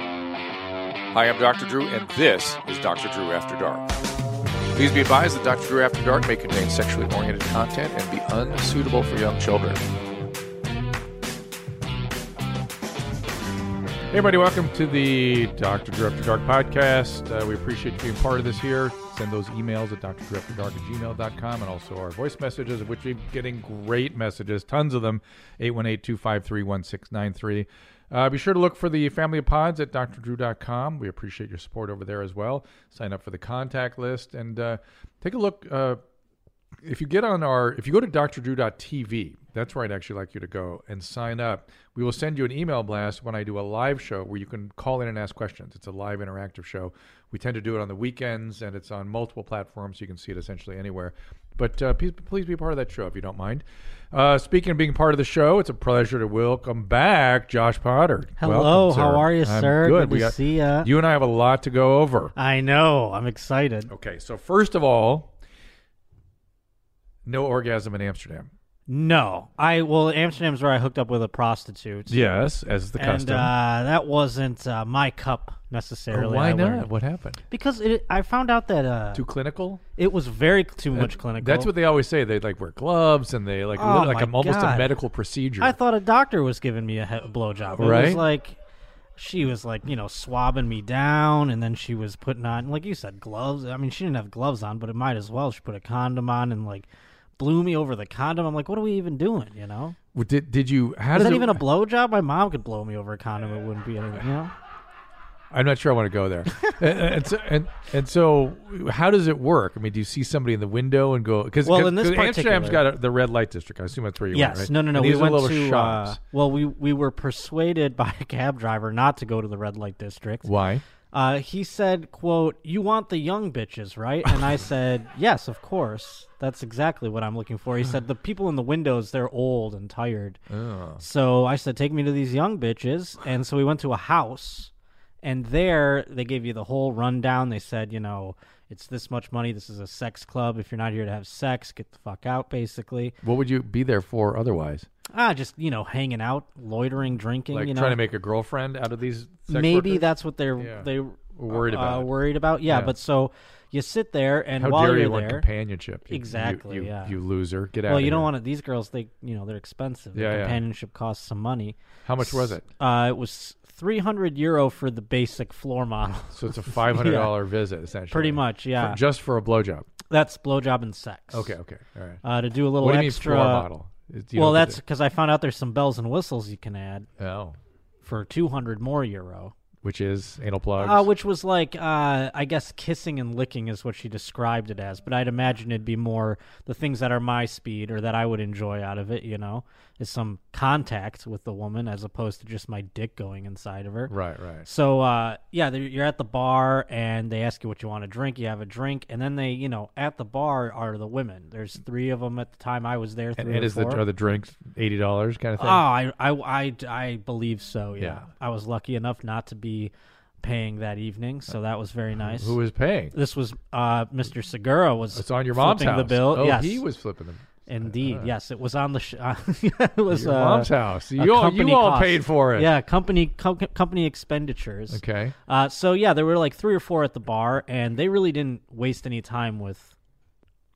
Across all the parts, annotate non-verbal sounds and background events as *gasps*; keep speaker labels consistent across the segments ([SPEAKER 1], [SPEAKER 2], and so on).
[SPEAKER 1] Hi, I'm Dr. Drew, and this is Dr. Drew After Dark. Please be advised that Dr. Drew After Dark may contain sexually oriented content and be unsuitable for young children.
[SPEAKER 2] Hey, everybody, welcome to the Dr. Drew After Dark podcast. Uh, we appreciate you being part of this here. Send those emails at drdrewafterdark at gmail.com and also our voice messages, which we're getting great messages, tons of them, 818 253 1693. Uh, Be sure to look for the family of pods at drdrew.com. We appreciate your support over there as well. Sign up for the contact list and uh, take a look. Uh, if you get on our if you go to drdrew.tv that's where i'd actually like you to go and sign up we will send you an email blast when i do a live show where you can call in and ask questions it's a live interactive show we tend to do it on the weekends and it's on multiple platforms so you can see it essentially anywhere but uh, please, please be part of that show if you don't mind uh, speaking of being part of the show it's a pleasure to welcome back josh potter
[SPEAKER 3] Hello,
[SPEAKER 2] Welcome,
[SPEAKER 3] how
[SPEAKER 2] sir.
[SPEAKER 3] are you,
[SPEAKER 2] I'm
[SPEAKER 3] sir?
[SPEAKER 2] good,
[SPEAKER 3] Good
[SPEAKER 2] we
[SPEAKER 3] to
[SPEAKER 2] got,
[SPEAKER 3] see ya.
[SPEAKER 2] you and i have a lot to go over
[SPEAKER 3] I know. I'm excited.
[SPEAKER 2] okay so first of all no orgasm in amsterdam
[SPEAKER 3] No, I well, Amsterdam's where I hooked up with a prostitute.
[SPEAKER 2] Yes, as the
[SPEAKER 3] and
[SPEAKER 2] custom.
[SPEAKER 3] uh, that wasn't uh, my cup
[SPEAKER 2] But
[SPEAKER 3] necessarily.
[SPEAKER 2] why
[SPEAKER 3] I
[SPEAKER 2] not?
[SPEAKER 3] learned.
[SPEAKER 2] What happened?
[SPEAKER 3] Because it, I found out that uh,
[SPEAKER 2] Too clinical?
[SPEAKER 3] it was very too much clinical.
[SPEAKER 2] That's what they always say. They like wear gloves and they like
[SPEAKER 3] Oh,
[SPEAKER 2] look like
[SPEAKER 3] my
[SPEAKER 2] a, almost a
[SPEAKER 3] God.
[SPEAKER 2] medical procedure.
[SPEAKER 3] I thought a doctor was giving me a he- blowjob. It
[SPEAKER 2] Right?
[SPEAKER 3] was like she was like you know swabbing me down, and then she was putting on like you said gloves. I mean, she didn't have gloves on, but it might as well. She put a condom on and like blew me over the condom. I'm like, what are we even doing? You know.
[SPEAKER 2] Well, did did you? How
[SPEAKER 3] Is
[SPEAKER 2] does
[SPEAKER 3] that
[SPEAKER 2] it-
[SPEAKER 3] even a blowjob? My mom could blow me over a condom. It wouldn't be anything, you know?
[SPEAKER 2] I'm not sure I want
[SPEAKER 3] *laughs*
[SPEAKER 2] to go there. and, and, so, and and so, how does it work? I mean, do you see somebody in the window and go? Because
[SPEAKER 3] Well, in this
[SPEAKER 2] Amsterdam's got
[SPEAKER 3] particular-
[SPEAKER 2] a, the red light district. I assume that's where you went.
[SPEAKER 3] Yes.
[SPEAKER 2] *laughs* right?
[SPEAKER 3] No, no, no.
[SPEAKER 2] And
[SPEAKER 3] We
[SPEAKER 2] these are
[SPEAKER 3] went
[SPEAKER 2] little
[SPEAKER 3] to, uh,
[SPEAKER 2] shops.
[SPEAKER 3] well, we, we were persuaded *laughs* by a cab driver not to go to the red light district.
[SPEAKER 2] Why?
[SPEAKER 3] Uh, he said, quote, you want the young bitches, right? And
[SPEAKER 2] *laughs*
[SPEAKER 3] I said, yes, of course. That's exactly what I'm looking for. He said, the people in the windows, they're old and tired.
[SPEAKER 2] Oh.
[SPEAKER 3] So I said, take me to these young bitches. And so we went to a house, and there they gave you the whole rundown. They said, you know, it's this much money. This is a sex club. If you're not here to have sex, get the fuck out, basically.
[SPEAKER 2] What would you be there for otherwise?
[SPEAKER 3] Ah, just, you know, hanging out, loitering, drinking,
[SPEAKER 2] Like
[SPEAKER 3] you know.
[SPEAKER 2] trying to make a girlfriend out of these? Sex
[SPEAKER 3] Maybe
[SPEAKER 2] workers?
[SPEAKER 3] that's what they're
[SPEAKER 2] Yeah.
[SPEAKER 3] they
[SPEAKER 2] Worried about
[SPEAKER 3] uh,
[SPEAKER 2] it.
[SPEAKER 3] worried about. Yeah,
[SPEAKER 2] Yeah.
[SPEAKER 3] but so you sit there and
[SPEAKER 2] How
[SPEAKER 3] while
[SPEAKER 2] dare you
[SPEAKER 3] you're
[SPEAKER 2] want
[SPEAKER 3] there,
[SPEAKER 2] companionship? You- you-
[SPEAKER 3] Exactly,
[SPEAKER 2] You,
[SPEAKER 3] yeah.
[SPEAKER 2] you loser. Get out.
[SPEAKER 3] well, you don't want to. These girls, they you know they're expensive. The
[SPEAKER 2] Yeah, yeah.
[SPEAKER 3] companionship costs some money.
[SPEAKER 2] How much was it?
[SPEAKER 3] Uh, it was three hundred euro for the basic floor model.
[SPEAKER 2] So it's a five hundred dollar visit
[SPEAKER 3] *laughs*
[SPEAKER 2] essentially.
[SPEAKER 3] Pretty much, yeah.
[SPEAKER 2] Oh, For- just for a blowjob.
[SPEAKER 3] That's blowjob and sex.
[SPEAKER 2] Okay, okay, all right.
[SPEAKER 3] Uh, to do a little
[SPEAKER 2] what do you
[SPEAKER 3] extra.
[SPEAKER 2] mean floor model? Is- do you
[SPEAKER 3] well,
[SPEAKER 2] know what
[SPEAKER 3] that's because I found out there's some bells and whistles you can add
[SPEAKER 2] the- oh,
[SPEAKER 3] for two hundred more euro.
[SPEAKER 2] which is anal plugs.
[SPEAKER 3] Uh, which was like, uh, I guess kissing and licking is what she described it as, but I'd imagine it'd be more the things that are my speed or that I would enjoy out of it, you know, is some contact with the woman as opposed to just my dick going inside of her.
[SPEAKER 2] right, right.
[SPEAKER 3] So, uh, yeah, they're- you're at the bar and they ask you what you want to drink. You have a drink, and then they, you know, at the bar are the women. There's three of them at the time I was there.
[SPEAKER 2] And,
[SPEAKER 3] three
[SPEAKER 2] and
[SPEAKER 3] or
[SPEAKER 2] is the
[SPEAKER 3] four.
[SPEAKER 2] are the drinks eighty dollars kind of
[SPEAKER 3] Oh,
[SPEAKER 2] thing?
[SPEAKER 3] I, I, I, I believe so. Yeah.
[SPEAKER 2] Yeah.
[SPEAKER 3] I was lucky enough not to be paying that evening, so that was very nice.
[SPEAKER 2] Who is paying?
[SPEAKER 3] this was uh, Mr. Segura was.
[SPEAKER 2] It's on your mom's
[SPEAKER 3] flipping
[SPEAKER 2] house.
[SPEAKER 3] the bill.
[SPEAKER 2] Oh,
[SPEAKER 3] yes,
[SPEAKER 2] he was flipping them.
[SPEAKER 3] indeed. Yes, it was on the. Sh- *laughs* it was
[SPEAKER 2] Your
[SPEAKER 3] uh,
[SPEAKER 2] mom's house.
[SPEAKER 3] a
[SPEAKER 2] You all, you
[SPEAKER 3] company
[SPEAKER 2] all
[SPEAKER 3] cost.
[SPEAKER 2] paid for it.
[SPEAKER 3] Yeah, company com- company expenditures.
[SPEAKER 2] Okay.
[SPEAKER 3] Uh, so yeah, there were like three or four at the bar, and they really didn't waste any time with,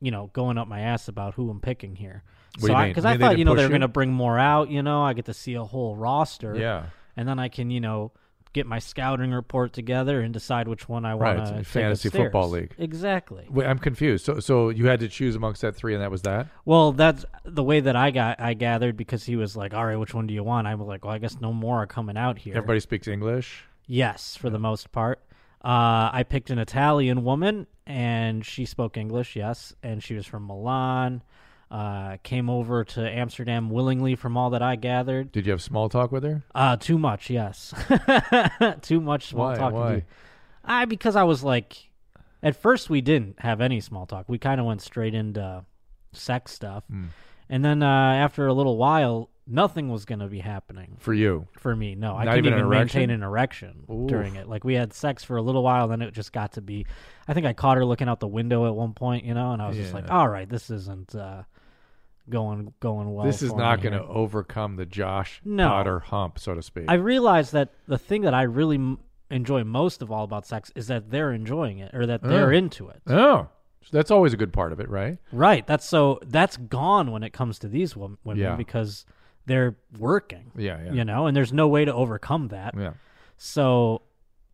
[SPEAKER 3] you know, going up my ass about who I'm picking here.
[SPEAKER 2] What do
[SPEAKER 3] so
[SPEAKER 2] you
[SPEAKER 3] I-
[SPEAKER 2] mean?
[SPEAKER 3] Because
[SPEAKER 2] You
[SPEAKER 3] I,
[SPEAKER 2] mean they
[SPEAKER 3] thought
[SPEAKER 2] didn't
[SPEAKER 3] you know
[SPEAKER 2] push
[SPEAKER 3] they were
[SPEAKER 2] you?
[SPEAKER 3] going to bring more out. You know, I get to see a whole roster.
[SPEAKER 2] Yeah.
[SPEAKER 3] and then I can you know get my scouting report together and decide which one I
[SPEAKER 2] Right,
[SPEAKER 3] want
[SPEAKER 2] it's a
[SPEAKER 3] to
[SPEAKER 2] fantasy football league.
[SPEAKER 3] Exactly.
[SPEAKER 2] Wait, I'm confused. So, so you had to choose amongst that three, and that was that.
[SPEAKER 3] Well, that's the way that I got I gathered because he was like, "All right, which one do you want?" I was like, "Well, I guess no more are coming out here."
[SPEAKER 2] Everybody speaks English.
[SPEAKER 3] Yes, for the most part. Uh, I picked an Italian woman, and she spoke English, yes, and she was from Milan. Uh, came over to Amsterdam willingly, from all that I gathered.
[SPEAKER 2] Did you have small talk with her?
[SPEAKER 3] Uh, too much, yes, *laughs* too much small
[SPEAKER 2] Why?
[SPEAKER 3] talk.
[SPEAKER 2] Why?
[SPEAKER 3] indeed. I because I was like, at first we didn't have any small talk. We kind of went straight into sex stuff,
[SPEAKER 2] Hmm.
[SPEAKER 3] and then uh, after a little while, nothing was going to be happening
[SPEAKER 2] For you,
[SPEAKER 3] for me. No, I
[SPEAKER 2] Not
[SPEAKER 3] couldn't
[SPEAKER 2] even
[SPEAKER 3] even,
[SPEAKER 2] an erection?
[SPEAKER 3] maintain an erection
[SPEAKER 2] Oof.
[SPEAKER 3] during it. Like we had sex for a little while, then it just got to be. I think I caught her looking out the window at one point, you know, and I was just like, all right, this isn't. Uh, going going well.
[SPEAKER 2] this is
[SPEAKER 3] for
[SPEAKER 2] not
[SPEAKER 3] me
[SPEAKER 2] going
[SPEAKER 3] here.
[SPEAKER 2] to overcome the Josh
[SPEAKER 3] No.
[SPEAKER 2] Potter hump, so to speak.
[SPEAKER 3] I realized that the thing that I really m- enjoy most of all about sex is that they're enjoying it or that they're
[SPEAKER 2] Oh.
[SPEAKER 3] into it.
[SPEAKER 2] oh, so that's always a good part of it, right?
[SPEAKER 3] Right. That's so that's gone when it comes to these wom- women
[SPEAKER 2] Yeah.
[SPEAKER 3] because they're working.
[SPEAKER 2] Yeah, Mm. yeah,
[SPEAKER 3] You know, and there's no way to overcome that.
[SPEAKER 2] yeah.
[SPEAKER 3] So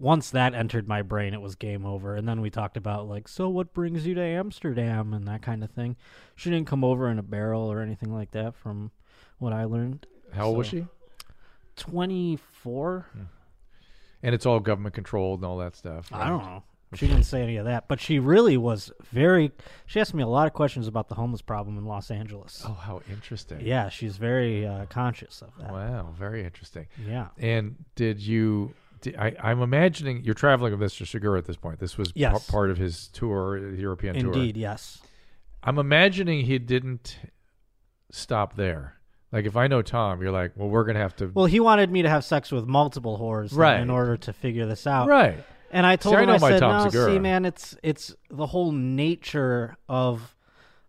[SPEAKER 3] once that entered my brain, it was game over. And then we talked about like, so what brings you to Amsterdam and that kind of thing. She didn't come over in a barrel or anything like that, from what I learned.
[SPEAKER 2] How old was
[SPEAKER 3] So-
[SPEAKER 2] she?
[SPEAKER 3] Twenty four.
[SPEAKER 2] And it's all government controlled and all that stuff.
[SPEAKER 3] I don't know. She didn't say any of that, but she really was very. She asked me a lot of questions about the homeless problem in Los Angeles.
[SPEAKER 2] Oh, how interesting.
[SPEAKER 3] Yeah, she's very uh, conscious of that.
[SPEAKER 2] Wow, very interesting.
[SPEAKER 3] Yeah.
[SPEAKER 2] And did you? Did, I, I'm imagining you're traveling with Mr. Segura at this point. This was
[SPEAKER 3] Yes.
[SPEAKER 2] p- part of his tour, European tour.
[SPEAKER 3] Indeed, yes.
[SPEAKER 2] I'm imagining he didn't stop there. Like if I know Tom, you're like, well, we're gonna have to.
[SPEAKER 3] Well, he wanted me to have sex with multiple whores then
[SPEAKER 2] Right.
[SPEAKER 3] in order to figure this out.
[SPEAKER 2] right.
[SPEAKER 3] And I told
[SPEAKER 2] See, I
[SPEAKER 3] him
[SPEAKER 2] know
[SPEAKER 3] I
[SPEAKER 2] my
[SPEAKER 3] said,
[SPEAKER 2] Tom
[SPEAKER 3] "No,
[SPEAKER 2] Segura."
[SPEAKER 3] see, man, it's it's the whole nature of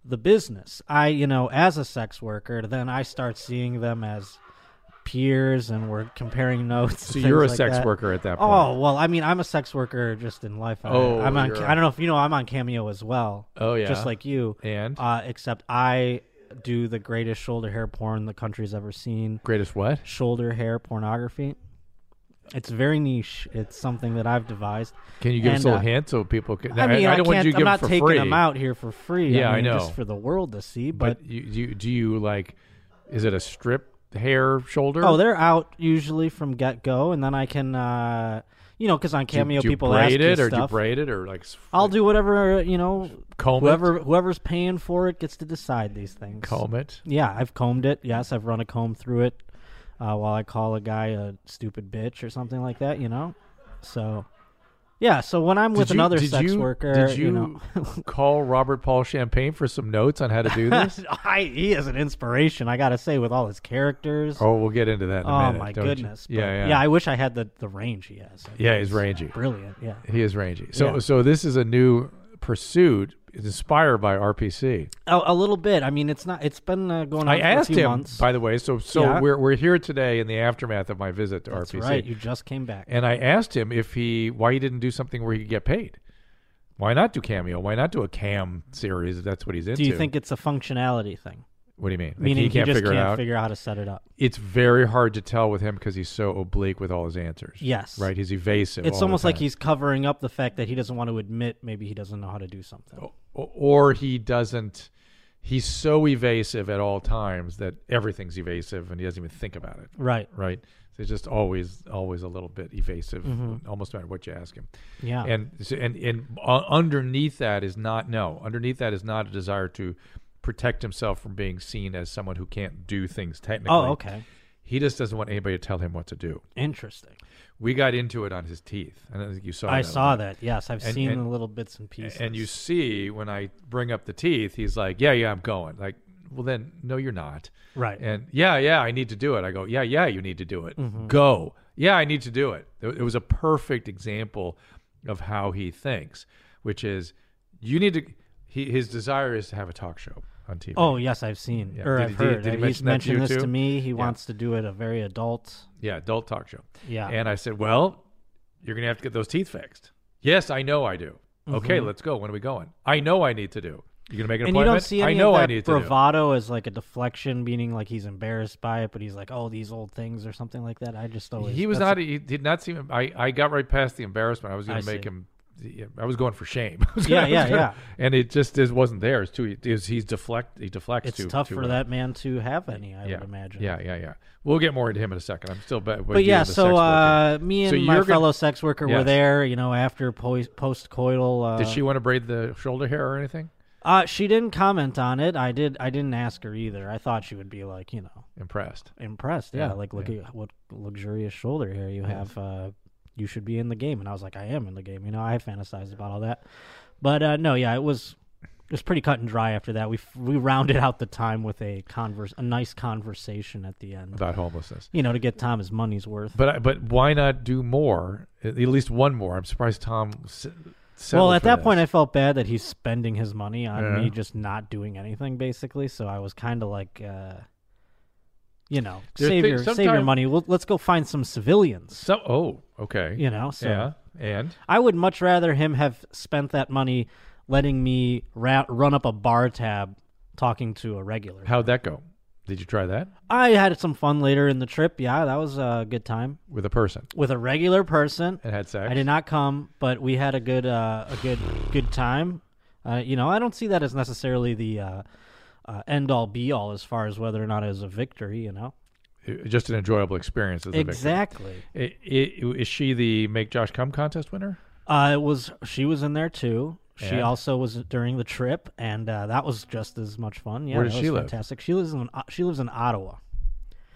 [SPEAKER 3] the business. I, you know, as a sex worker, then I start seeing them as peers, and we're comparing notes.
[SPEAKER 2] So
[SPEAKER 3] and
[SPEAKER 2] you're a
[SPEAKER 3] things like
[SPEAKER 2] sex
[SPEAKER 3] that.
[SPEAKER 2] worker at that point.
[SPEAKER 3] Oh well, I mean, I'm a sex worker just in life. I,
[SPEAKER 2] Oh,
[SPEAKER 3] I'm on.
[SPEAKER 2] you're-
[SPEAKER 3] I don't know if you know, I'm on Cameo as well.
[SPEAKER 2] Oh, yeah.
[SPEAKER 3] just like you.
[SPEAKER 2] And
[SPEAKER 3] Uh, except I do the greatest shoulder hair porn the country's ever seen.
[SPEAKER 2] greatest what?
[SPEAKER 3] Shoulder hair pornography. It's very niche. It's something that I've devised.
[SPEAKER 2] Can you give us a
[SPEAKER 3] And,
[SPEAKER 2] little
[SPEAKER 3] uh,
[SPEAKER 2] hint so people can?
[SPEAKER 3] I mean, I,
[SPEAKER 2] don't
[SPEAKER 3] can't.
[SPEAKER 2] want you to
[SPEAKER 3] I'm
[SPEAKER 2] give
[SPEAKER 3] not
[SPEAKER 2] them for
[SPEAKER 3] taking
[SPEAKER 2] free.
[SPEAKER 3] them out here for free.
[SPEAKER 2] Yeah, I
[SPEAKER 3] mean,
[SPEAKER 2] know.
[SPEAKER 3] just for the world to see. But,
[SPEAKER 2] But you, you do you like? Is it a strip hair shoulder?
[SPEAKER 3] oh, they're out usually from get go, and then I can, uh, you know, because on
[SPEAKER 2] Do you-
[SPEAKER 3] Cameo
[SPEAKER 2] do you
[SPEAKER 3] people ask
[SPEAKER 2] braid
[SPEAKER 3] you
[SPEAKER 2] it or do you
[SPEAKER 3] stuff.
[SPEAKER 2] braid it or like? s-
[SPEAKER 3] I'll do whatever you know.
[SPEAKER 2] comb it.
[SPEAKER 3] Whoever whoever's paying for it gets to decide these things.
[SPEAKER 2] Comb it.
[SPEAKER 3] Yeah, I've combed it. Yes, I've run a comb through it uh, while I call a guy a stupid bitch or something like that. You know, so yeah. So when I'm with
[SPEAKER 2] Did you-
[SPEAKER 3] another
[SPEAKER 2] did
[SPEAKER 3] sex
[SPEAKER 2] you-
[SPEAKER 3] worker,
[SPEAKER 2] Did you,
[SPEAKER 3] you know, *laughs*
[SPEAKER 2] call Robert Paul Champagne for some notes on how to do this?
[SPEAKER 3] I, he is an inspiration. I gotta say, with all his characters.
[SPEAKER 2] oh, we'll get into that. In a
[SPEAKER 3] Oh
[SPEAKER 2] minute,
[SPEAKER 3] my
[SPEAKER 2] don't you?
[SPEAKER 3] goodness! but
[SPEAKER 2] Yeah, yeah,
[SPEAKER 3] I wish I had the, the range he has. I
[SPEAKER 2] Yeah,
[SPEAKER 3] think
[SPEAKER 2] he's
[SPEAKER 3] it's
[SPEAKER 2] rangy.
[SPEAKER 3] Brilliant. Yeah.
[SPEAKER 2] He is rangy. So,
[SPEAKER 3] Yeah.
[SPEAKER 2] so this is a new pursuit. It's inspired by RPC.
[SPEAKER 3] A, a little bit. I mean, it's not. It's been uh, going on.
[SPEAKER 2] I
[SPEAKER 3] for
[SPEAKER 2] asked
[SPEAKER 3] a few
[SPEAKER 2] him,
[SPEAKER 3] Months.
[SPEAKER 2] by the way. So, so
[SPEAKER 3] Yeah.
[SPEAKER 2] we're we're here today in the aftermath of my visit to
[SPEAKER 3] That's
[SPEAKER 2] RPC,
[SPEAKER 3] right. You just came back.
[SPEAKER 2] and I asked him if he why he didn't do something where he could get paid. Why not do cameo? Why not do a cam series if that's what he's into?
[SPEAKER 3] Do you think it's a functionality thing?
[SPEAKER 2] What do you mean? Like,
[SPEAKER 3] Meaning
[SPEAKER 2] he can't
[SPEAKER 3] just
[SPEAKER 2] figure
[SPEAKER 3] can't
[SPEAKER 2] it out.
[SPEAKER 3] figure out how to set it up.
[SPEAKER 2] it's very hard to tell with him because he's so oblique with all his answers.
[SPEAKER 3] Yes.
[SPEAKER 2] Right? He's evasive. all
[SPEAKER 3] It's
[SPEAKER 2] the
[SPEAKER 3] almost like
[SPEAKER 2] time.
[SPEAKER 3] he's covering up the fact that he doesn't want to admit maybe he doesn't know how to do something.
[SPEAKER 2] O- Or he doesn't. He's so evasive at all times that everything's evasive and he doesn't even think about it.
[SPEAKER 3] Right.
[SPEAKER 2] Right? So he's just always, always a little bit evasive, almost no matter what you ask him.
[SPEAKER 3] Mm-hmm. Yeah.
[SPEAKER 2] And so- and and uh, underneath that is not no. Underneath that is not a desire to protect himself from being seen as someone who can't do things technically.
[SPEAKER 3] oh, okay.
[SPEAKER 2] He just doesn't want anybody to tell him what to do.
[SPEAKER 3] Interesting.
[SPEAKER 2] We got into it on his teeth. and I don't think you saw.
[SPEAKER 3] I
[SPEAKER 2] that.
[SPEAKER 3] saw that. Yes, I've
[SPEAKER 2] And-
[SPEAKER 3] seen
[SPEAKER 2] and-
[SPEAKER 3] the little bits and pieces.
[SPEAKER 2] And you see when I bring up the teeth, he's like, "Yeah, yeah, I'm going." Like, well, then no, you're not.
[SPEAKER 3] right.
[SPEAKER 2] And yeah, yeah, I need to do it. I go, yeah, yeah, you need to do it.
[SPEAKER 3] Mm-hmm.
[SPEAKER 2] Go. Yeah, I need to do it. It it was a perfect example of how he thinks, which is you need to. He, his desire is to have a talk show on TV.
[SPEAKER 3] oh, yes, I've seen
[SPEAKER 2] Yeah.
[SPEAKER 3] or
[SPEAKER 2] Did
[SPEAKER 3] I've
[SPEAKER 2] he- did he-
[SPEAKER 3] heard.
[SPEAKER 2] did he
[SPEAKER 3] He's
[SPEAKER 2] mention that to
[SPEAKER 3] mentioned
[SPEAKER 2] you
[SPEAKER 3] this
[SPEAKER 2] too?
[SPEAKER 3] to me. He wants to do it a very adult.
[SPEAKER 2] yeah, adult talk show.
[SPEAKER 3] Yeah.
[SPEAKER 2] And I said, Well, you're going to have to get those teeth fixed. Yes, I know I do. Okay, let's go. When are we going? I know I need to do. You're going to make an
[SPEAKER 3] Mm-hmm. and you
[SPEAKER 2] appointment?
[SPEAKER 3] don't see any
[SPEAKER 2] I know
[SPEAKER 3] of that
[SPEAKER 2] I need to do.
[SPEAKER 3] bravado as like a deflection, meaning like he's embarrassed by it, but he's like, "Oh, these old things" or something like that. I just always
[SPEAKER 2] He was
[SPEAKER 3] that's-
[SPEAKER 2] not, e, he did not seem, I, I got right past the embarrassment. I was going
[SPEAKER 3] I
[SPEAKER 2] to make
[SPEAKER 3] see.
[SPEAKER 2] him, I was going for shame. *laughs* I was
[SPEAKER 3] Yeah,
[SPEAKER 2] gonna- I
[SPEAKER 3] yeah,
[SPEAKER 2] was gonna-
[SPEAKER 3] yeah.
[SPEAKER 2] And it just is, wasn't there. It's too, is he's deflect, he deflects
[SPEAKER 3] It's
[SPEAKER 2] too.
[SPEAKER 3] tough
[SPEAKER 2] too
[SPEAKER 3] for
[SPEAKER 2] well.
[SPEAKER 3] that man to have any. I
[SPEAKER 2] Yeah.
[SPEAKER 3] would imagine.
[SPEAKER 2] Yeah, yeah, yeah. We'll get more into him in a second. I'm still, but,
[SPEAKER 3] But yeah, so uh, me and
[SPEAKER 2] So
[SPEAKER 3] my
[SPEAKER 2] you're gonna-
[SPEAKER 3] fellow sex worker were
[SPEAKER 2] Yes.
[SPEAKER 3] there, you know, after po- post coital. Uh,
[SPEAKER 2] did she want to braid the shoulder hair or anything?
[SPEAKER 3] Uh, she didn't comment on it. I did. I didn't ask her either. I thought she would be like, you know,
[SPEAKER 2] Impressed.
[SPEAKER 3] impressed. Yeah,
[SPEAKER 2] Yeah,
[SPEAKER 3] like look at what luxurious shoulder hair you have. Uh, you should be in the game. And I was like, I am in the game. You know, I fantasized about all that. But uh, no, yeah, it was. It was pretty cut and dry after that. We f- we rounded out the time with a converse, a nice conversation at the end.
[SPEAKER 2] About homelessness.
[SPEAKER 3] You know, to get Tom his money's worth.
[SPEAKER 2] But I- but why not do more? At at least one more. I'm surprised Tom s- settle
[SPEAKER 3] well, at
[SPEAKER 2] for
[SPEAKER 3] that
[SPEAKER 2] this.
[SPEAKER 3] point, I felt bad that he's spending his money on
[SPEAKER 2] Yeah.
[SPEAKER 3] me just not doing anything, basically. So I was kind of like, uh, you know,
[SPEAKER 2] There are
[SPEAKER 3] save
[SPEAKER 2] thi-
[SPEAKER 3] your save your
[SPEAKER 2] sometime-
[SPEAKER 3] money. We'll, let's go find some civilians.
[SPEAKER 2] So, oh, okay.
[SPEAKER 3] You know, so
[SPEAKER 2] Yeah. And
[SPEAKER 3] I would much rather him have spent that money letting me ra- run up a bar tab talking to a regular.
[SPEAKER 2] how'd that go? Did you try that
[SPEAKER 3] I had some fun later in the trip. Yeah, that was a good time
[SPEAKER 2] with a person
[SPEAKER 3] with a regular person.
[SPEAKER 2] and had sex?
[SPEAKER 3] I did not come, but we had a good uh, a good good time. Uh, you know, I don't see that as necessarily the uh, uh, end all be all as far as whether or not it was a victory. You know,
[SPEAKER 2] It- Just an enjoyable experience as a victim.
[SPEAKER 3] exactly.
[SPEAKER 2] I- i- Is she the Make Josh Come contest winner?
[SPEAKER 3] Uh, it was she was in there too. She
[SPEAKER 2] And?
[SPEAKER 3] also was during the trip, and uh, that was just as much fun. Yeah,
[SPEAKER 2] Where does
[SPEAKER 3] that
[SPEAKER 2] she
[SPEAKER 3] was
[SPEAKER 2] live?
[SPEAKER 3] Fantastic. She lives in uh, she lives in Ottawa.